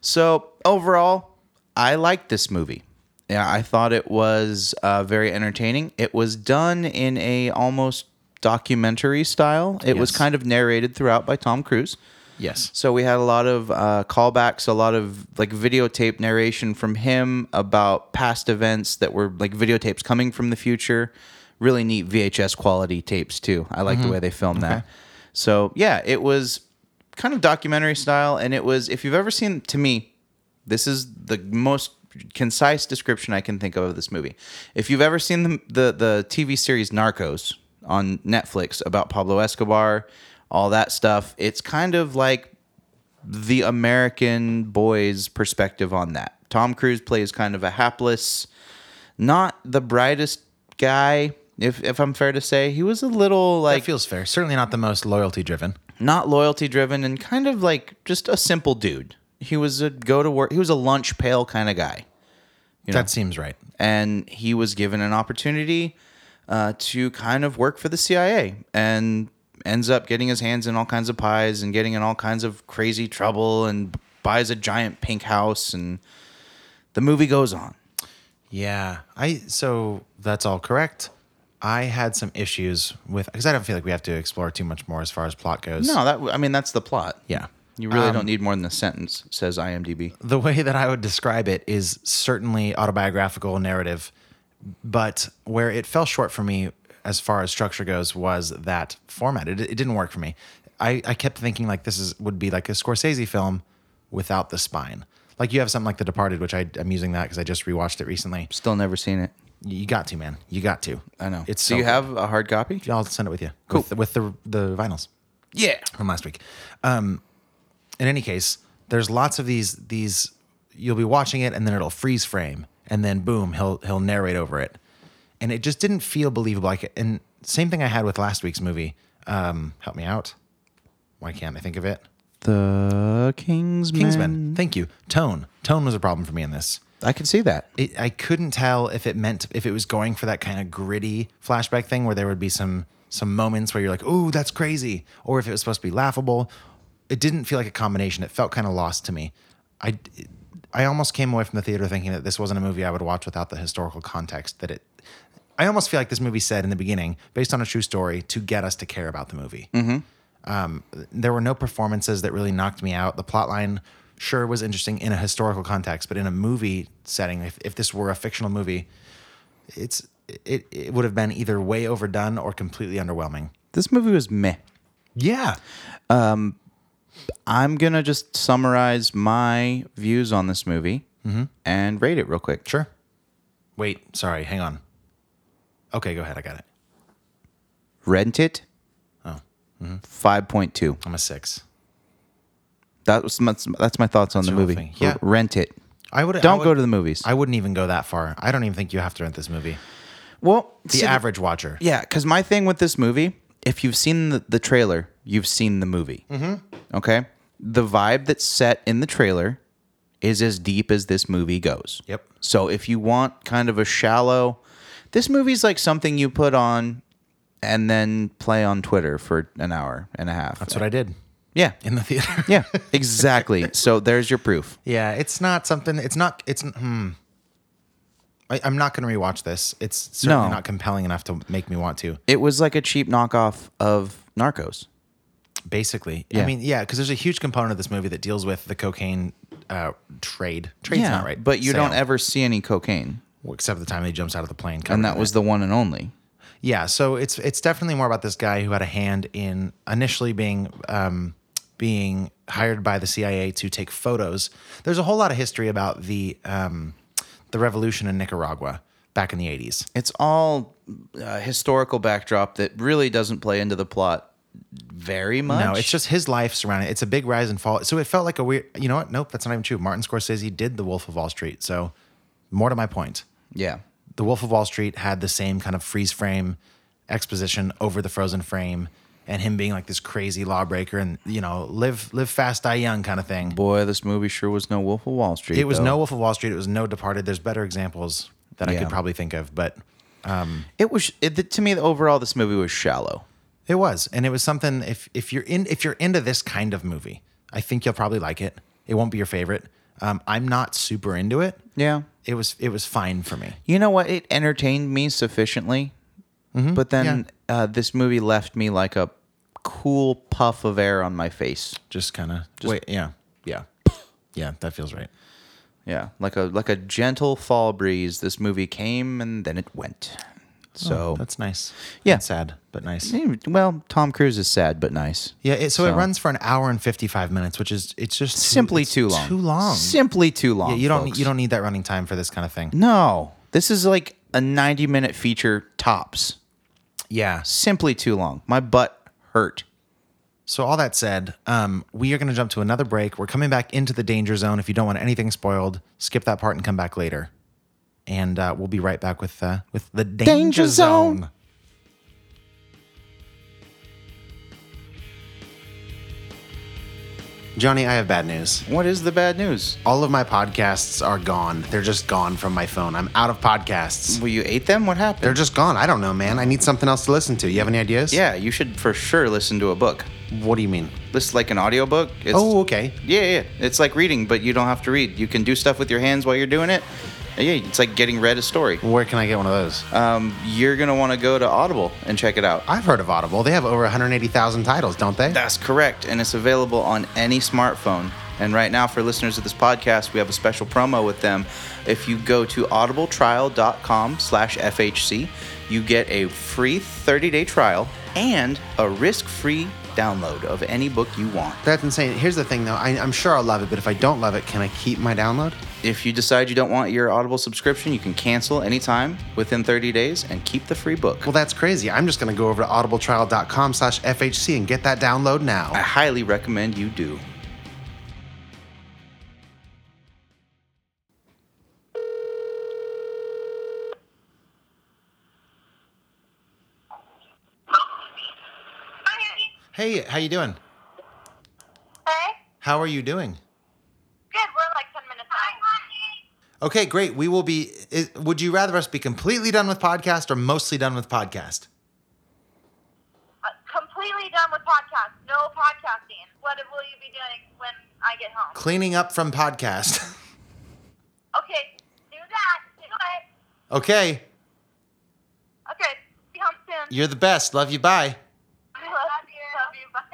So overall, I liked this movie. Yeah, I thought it was uh, very entertaining. It was done in a almost documentary style. It was
Yes.
kind of narrated throughout by Tom Cruise.
Yes.
So we had a lot of uh, callbacks, a lot of like videotape narration from him about past events that were like videotapes coming from the future. Really neat VHS quality tapes too. I like the way they filmed that. So yeah, it was kind of documentary style, and it was if you've ever seen to me, this is the most concise description I can think of of this movie. If you've ever seen the the, the TV series Narcos on Netflix about Pablo Escobar, all that stuff, it's kind of like the American boy's perspective on that. Tom Cruise plays kind of a hapless, not the brightest guy, if if I'm fair to say. He was a little
That
like
feels fair. Certainly not the most loyalty driven.
not loyalty driven and kind of like just a simple dude. He was a go to work, he was a lunch pail kind of guy. know.
That seems right.
And he was given an opportunity uh, to kind of work for the CIA and ends up getting his hands in all kinds of pies and getting in all kinds of crazy trouble and buys a giant pink house and the movie goes on.
Yeah, I so that's all correct. I had some issues with because I don't feel like we have to explore too much more as far as plot goes.
No, that I mean that's the plot.
yeah,
You really
Um,
don't need more than a sentence, says IMDb.
The way that I would describe it is certainly autobiographical narrative, but where it fell short for me as far as structure goes was that format. It, it didn't work for me. I, I kept thinking like this is would be like a Scorsese film without the spine. Like you have something like The Departed, which I, I'm using that because I just rewatched it recently.
Still never seen it.
You got to, man. You got to.
I know.
It's
Do you
so-
have a hard copy?
I'll send it with you.
Cool.
With, with the the vinyls
Yeah.
from last week. Um, in any case, there's lots of these these. You'll be watching it, and then it'll freeze frame, and then boom, he'll he'll narrate over it, and it just didn't feel believable. Like, and same thing I had with last week's movie. Um, help me out. Why can't I think of it?
The Kingsman.
Kingsman. Thank you. Tone. Tone was a problem for me in this.
I can see that.
it, I couldn't tell if it meant if it was going for that kind of gritty flashback thing where there would be some some moments where you're like, "Ooh, that's crazy," or if it was supposed to be laughable. It didn't feel like a combination. It felt kind of lost to me. I I almost came away from the theater thinking that this wasn't a movie I would watch without the historical context that it. I almost feel like this movie said in the beginning, based on a true story, to get us to care about the movie there were no performances that really knocked me out. The plot line sure was interesting in a historical context, but in a movie setting, if, if this were a fictional movie, it's it, it would have been either way overdone or completely underwhelming.
This movie was meh.
Yeah.
I'm going to just summarize my views on this movie
Mm-hmm.
and rate it real quick.
Sure. Wait, sorry, hang on. Okay, go ahead. I got it.
Rent it.
mm-hmm.
Oh. 5.2.
I'm a six.
That was my, that's my thoughts on the
your whole
movie.
thing. Yeah.
R- Rent it.
I would
Don't
I would-
go to the movies.
I wouldn't even go that far. I don't even think you have to rent this movie.
well,
The average watcher.
Yeah, because my thing with this movie, if you've seen the, the trailer, you've seen the movie.
Mm-hmm.
Okay? The vibe that's set in the trailer is as deep as this movie goes.
Yep.
So if you want kind of a shallow, this movie's like something you put on and then play on Twitter for an hour and a half.
That's what I did
yeah.
in the theater.
yeah,
*laughs*
exactly. So there's your proof.
Yeah, it's not something. It's not. It's hmm. I, I'm not going to rewatch this. It's certainly
No.
not compelling enough to make me want to.
It was like a cheap knockoff of Narcos.
Basically, I
Yeah.
mean, yeah, because there's a huge component of this movie that deals with the cocaine uh, trade. Trade's not right,
But you don't
sale.
ever see any cocaine,
Well, except the time he jumps out of the plane. covered
and that
in
was
it.
the one and only.
yeah. So it's it's definitely more about this guy who had a hand in initially being um, being hired by the CIA to take photos. There's a whole lot of history about the um, the revolution in Nicaragua back in the 80s.
It's all uh, historical backdrop that really doesn't play into the plot very much.
No, it's just his life surrounding. It's a big rise and fall. So it felt like a weird. You know what? Nope, that's not even true. Martin Scorsese did The Wolf of Wall Street. So more to my point,
yeah,
The Wolf of Wall Street had the same kind of freeze frame exposition over the frozen frame, and him being like this crazy lawbreaker and you know live live fast die young kind of thing.
boy, this movie sure was no Wolf of Wall Street.
it was
though.
no Wolf of Wall Street. It was no Departed. There's better examples that I
Yeah.
could probably think of, but
It was it, to me overall. This movie was shallow.
it was, and it was something. If if you're in if you're into this kind of movie, I think you'll probably like it. It won't be your favorite. Um, I'm not super into it.
Yeah,
it was it was fine for me.
you know what? It entertained me sufficiently,
Mm-hmm.
but then uh, this movie left me like a cool puff of air on my face.
Just kind of wait, yeah, yeah, yeah. That feels right.
Yeah, like a like a gentle fall breeze. This movie came and then it went. So
Oh, That's nice.
Yeah.
And sad but nice.
Eh, well, Tom Cruise is sad but nice.
Yeah, it, so, it
So-
runs for an hour and fifty five minutes, which is it's just too-
Simply
it's
too long.
Too long.
Simply too long.
Yeah, you don't
folks.
you don't need that running time for this kind of thing.
No, this is like a ninety-minute feature tops.
Yeah.
Simply too long. My butt hurt.
So all that said, um, we are going to jump to another break. We're coming back into the danger zone. If you don't want anything spoiled, skip that part and come back later. And uh, we'll be right back with uh, with the danger,
Danger zone.
zone. Johnny, I have bad news.
What is the bad news?
All of my podcasts are gone. They're just gone from my phone. I'm out of podcasts.
Well, you ate them. What happened?
They're just gone. I don't know, man. I need something else to listen to. You have any ideas?
yeah, you should for sure listen to a book.
What do you mean?
This is like an audiobook. It's,
Oh, okay.
Yeah, yeah. It's like reading, but you don't have to read. You can do stuff with your hands while you're doing it. Yeah, it's like getting read a story.
Where can I get one of those?
Um, you're gonna want to go to Audible and check it out.
I've heard of Audible. They have over 180,000 titles, don't they?
That's correct, and it's available on any smartphone. And right now, for listeners of this podcast, we have a special promo with them. If you go to audibletrial.com/fhc, you get a free 30-day trial and a risk-free download of any book you want.
That's insane. Here's the thing, though. I, I'm sure I'll love it, but if I don't love it, can I keep my download?
If you decide you don't want your Audible subscription, you can cancel anytime within 30 days and keep the free book.
Well, that's crazy. I'm just going to go over to audibletrial.com slash FHC and get that download
I
now.
highly recommend you do.
Hey, how you doing?
Okay.
How are you doing?
Good. We're like 10 minutes away.
Okay, great. We will be. Is, would you rather us be completely done with podcast or mostly done with podcast?
Uh, completely done with podcasts. No podcasting. What will you be doing when I get home?
Cleaning up from podcast. *laughs*
Okay. Do that. Do it.
okay,
Okay. Be home soon.
you're the best. Love you. Bye.
I *laughs* love you. Love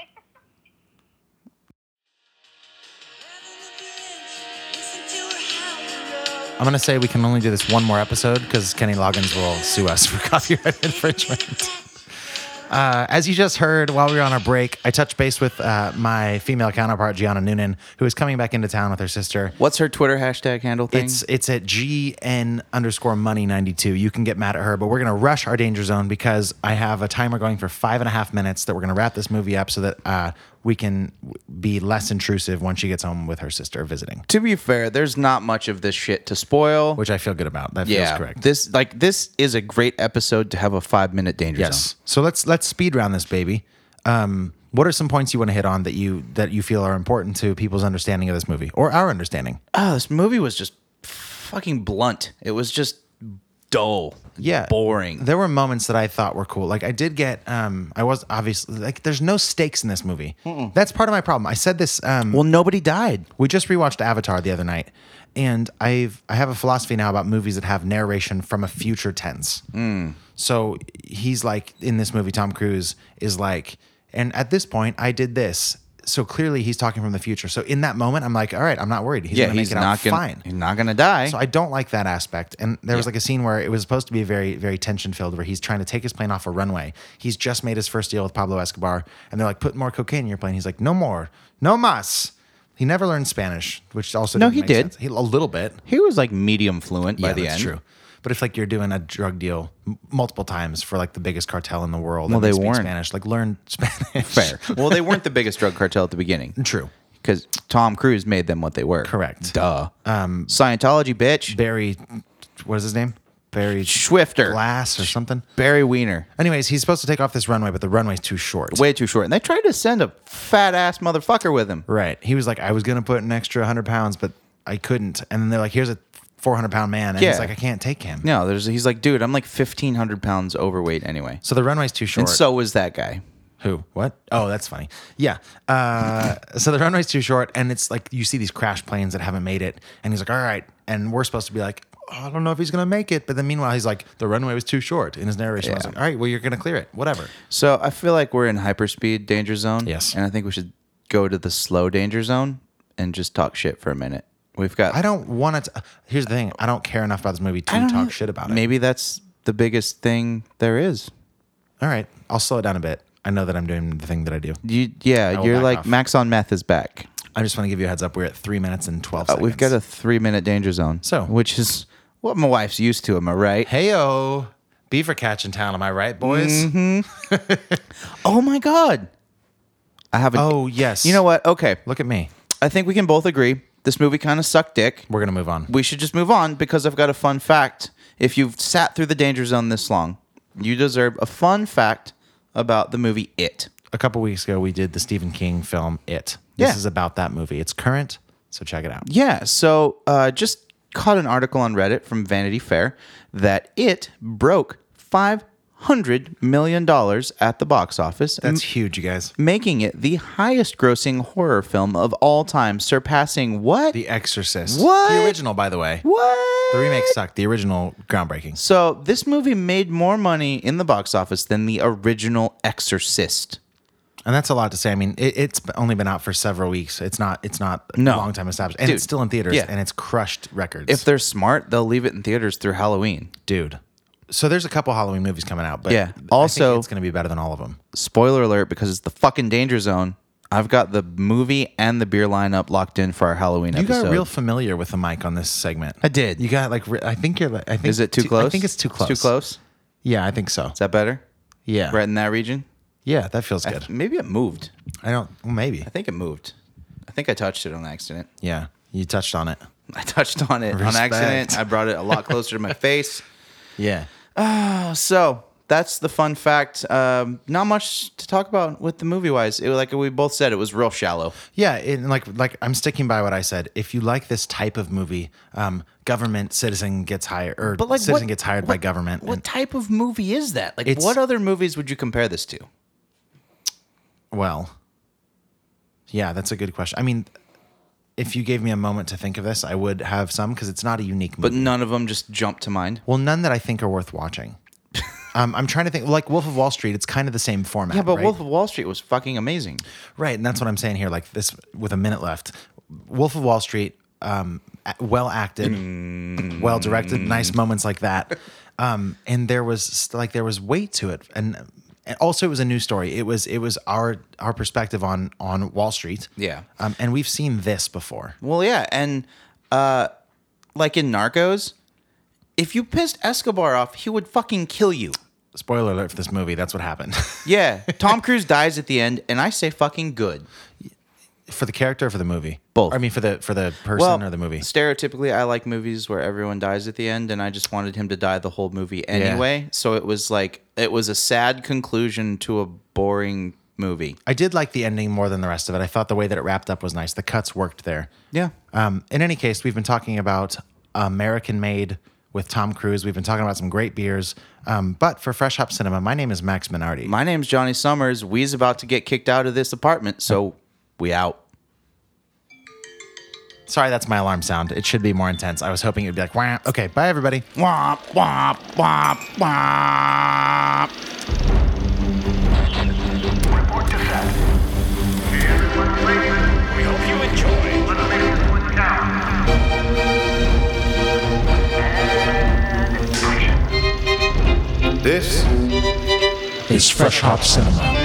you. Bye. *laughs*
I'm gonna say we can only do this one more episode because Kenny Loggins will sue us *laughs* for copyright infringement. Uh, as you just heard while we were on our break, I touched base with uh, my female counterpart Gianna Noonan, who is coming back into town with her sister.
What's her Twitter hashtag handle thing?
It's it's at gn underscore money ninety two. You can get mad at her, but we're gonna rush our danger zone because I have a timer going for five and a half minutes that we're gonna wrap this movie up so that uh, we can w- be less intrusive when she gets home with her sister visiting,
to be fair, there's not much of this shit to spoil.
which I feel good about. That feels
yeah,
correct.
this like this is a great episode to have a five minute danger
Yes.
zone.
So let's let's speed round this baby. Um, what are some points you want to hit on that you that you feel are important to people's understanding of this movie or our understanding?
Oh, this movie was just fucking blunt. It was just dull.
yeah
Boring.
there were moments that i thought were cool like i did get um i was obviously like there's no stakes in this movie that's part of my problem i said this um
Well, nobody died.
we just rewatched avatar the other night and i've i have a philosophy now about movies that have narration from a future tense
Mm.
so he's like in this movie tom cruise is like and at this point i did this so clearly he's talking from the future so in that moment i'm like all right i'm not worried he's
yeah,
gonna
he's
make it
not
out
gonna.
fine
He's not gonna die.
so I don't like that aspect. And there was like a scene where it was supposed to be very, very tension filled, where he's trying to take his plane off a runway. He's just made his first deal with Pablo Escobar, and they're like, "Put more cocaine in your plane." He's like, "No more, no mas." He never learned Spanish, which also
No,
didn't
he
make
did.
sense. He, a little bit
he was like medium fluent by
yeah,
the
that's
end.
True, but if like you're doing a drug deal m- multiple times for like the biggest cartel in the world,
Well,
and
they
speak
weren't.
Spanish. Like learn *laughs* Spanish. *laughs*
Fair. well, they weren't the biggest drug cartel at the beginning.
True.
Because Tom Cruise made them what they were.
Correct.
Duh. Um, Scientology, bitch.
Barry, what is his name? Barry
Swifter.
Glass or something.
Barry Wiener.
Anyways, he's supposed to take off this runway, but the runway's too short.
Way too short. And they tried to send a fat ass motherfucker with him.
Right. He was like, I was going to put an extra 100 pounds, but I couldn't. And then they're like, here's a 400 pound man. And
Yeah.
he's like, I can't take him.
No, there's. He's like, dude, I'm like 1,500 pounds overweight anyway.
So the runway's too short.
And so was that guy.
who? What? Oh, that's funny. Yeah. Uh, so the runway's too short. And it's like, you see these crash planes that haven't made it. And he's like, all right. And we're supposed to be like, oh, I don't know if he's going to make it. But then meanwhile, he's like, the runway was too short. In his narration, I was
Yeah.
like, all right, well, you're going to clear it. Whatever.
So I feel like we're in hyperspeed danger zone.
Yes.
And I think we should go to the slow danger zone and just talk shit for a minute. We've got.
I don't want to. Here's the thing I don't care enough about this movie to
I
talk
don't know.
shit about it.
Maybe that's the biggest thing there is.
All right. I'll slow it down a bit. I know that I'm doing the thing that I do.
You, yeah,
will
you're
back
like
off.
Max on meth is back.
I just want to give you a heads up. We're at three minutes and twelve
Uh,
seconds.
we've got a three minute danger zone.
So-
which is what my wife's used to. Am I right?
heyo beaver catch in town. Am I right, boys?
Mm-hmm. Oh my god! I have a.
Oh yes.
you know what? Okay,
Look at me.
I think we can both agree this movie kind of sucked dick.
We're gonna move on.
We should just move on because I've got a fun fact. If you've sat through the danger zone this long, you deserve a fun fact about the movie It.
a couple weeks ago, we did the Stephen King film It. This
Yeah.
is about that movie. It's current, so check it out.
Yeah. So uh, just caught an article on Reddit from Vanity Fair that it broke five hundred million dollars at the box office,
That's
m-
huge, you guys.
making it the highest-grossing horror film of all time, surpassing what?
The Exorcist.
What?
The original, by the way.
what?
The remake sucked. The original, groundbreaking.
So this movie made more money in the box office than the original Exorcist.
And that's a lot to say. I mean, it, it's only been out for several weeks. It's not. It's not
No.
a long time established, and
Dude.
it's still in theaters,
Yeah.
and it's crushed records.
If they're smart, they'll leave it in theaters through Halloween.
dude. So there's a couple Halloween movies coming out, but
Yeah.
I think
Also-
it's going to be better than all of them.
spoiler alert because it's the fucking danger zone. I've got the movie and the beer lineup locked in for our Halloween
You
episode.
got real familiar with the mic on this segment.
I did.
You got like re- I think you're like I think
Is it too close?
I think it's too close. Uh,
Too close. Is
Yeah, I think so.
that better?
Yeah.
Right in that region.
Yeah, that feels
*laughs*
good.
Maybe it moved.
I don't well, maybe.
I think it moved. I think I touched it on accident. *laughs*
Yeah. You touched on it.
I touched on it on
Respect.
accident. I brought it a lot closer to
*laughs*
my face.
Yeah.
So that's the fun fact. Um, not much to talk about with the movie wise. It, like we both said, it was real shallow.
Yeah, and like like I'm sticking by what I said. If you like this type of movie, um, government citizen gets hired or
But like,
citizen
what-
gets hired by
what-
government.
What
and-
type of movie is that? Like,
It's-
what other movies would you compare this to?
Well, yeah, that's a good question. I mean, if you gave me a moment to think of this, I would have some because it's not a unique
But
movie.
none of them just jump to mind.
well, none that I think are worth
*laughs*
watching. um, I'm trying to think, like Wolf of Wall Street. It's kind of the same format.
Yeah, but
right?
Wolf of Wall Street was fucking amazing.
Right, and that's what I'm saying here. Like this, with a minute left, Wolf of Wall Street, um, a- well acted, well directed, nice
Mm.
moments like that. Um, and there was like there was weight to it, and, and also it was a new story. It was it was our our perspective on on Wall Street.
Yeah.
um, and we've seen this before.
Well, yeah, and uh, like in Narcos, if you pissed Escobar off, he would fucking kill you.
Spoiler alert for this movie. That's what happened *laughs*
Yeah, Tom Cruise dies at the end, and I say fucking good.
for the character or for the movie.
Both.
I mean, for the for the person or the movie.
Stereotypically, I like movies where everyone dies at the end, and I just wanted him to die the whole movie anyway. So it was like it was a sad conclusion to a boring movie.
I did like the ending more than the rest of it. I thought the way that it wrapped up was nice. The cuts worked there.
Yeah.
Um, in any case, we've been talking about American made with Tom Cruise. We've been talking about some great beers. Um, but for Fresh Hop Cinema, my name is Max Minardi.
My name's Johnny Summers. We's about to get kicked out of this apartment, so we out.
Sorry, that's my alarm sound. It should be more intense. I was hoping it would be like, Wah. okay, bye everybody.
Womp, womp, womp, womp.
Report to set. Hey, everyone, please. We hope you enjoy. Let's make this one count. And action.
This
is Fresh Hop Cinema.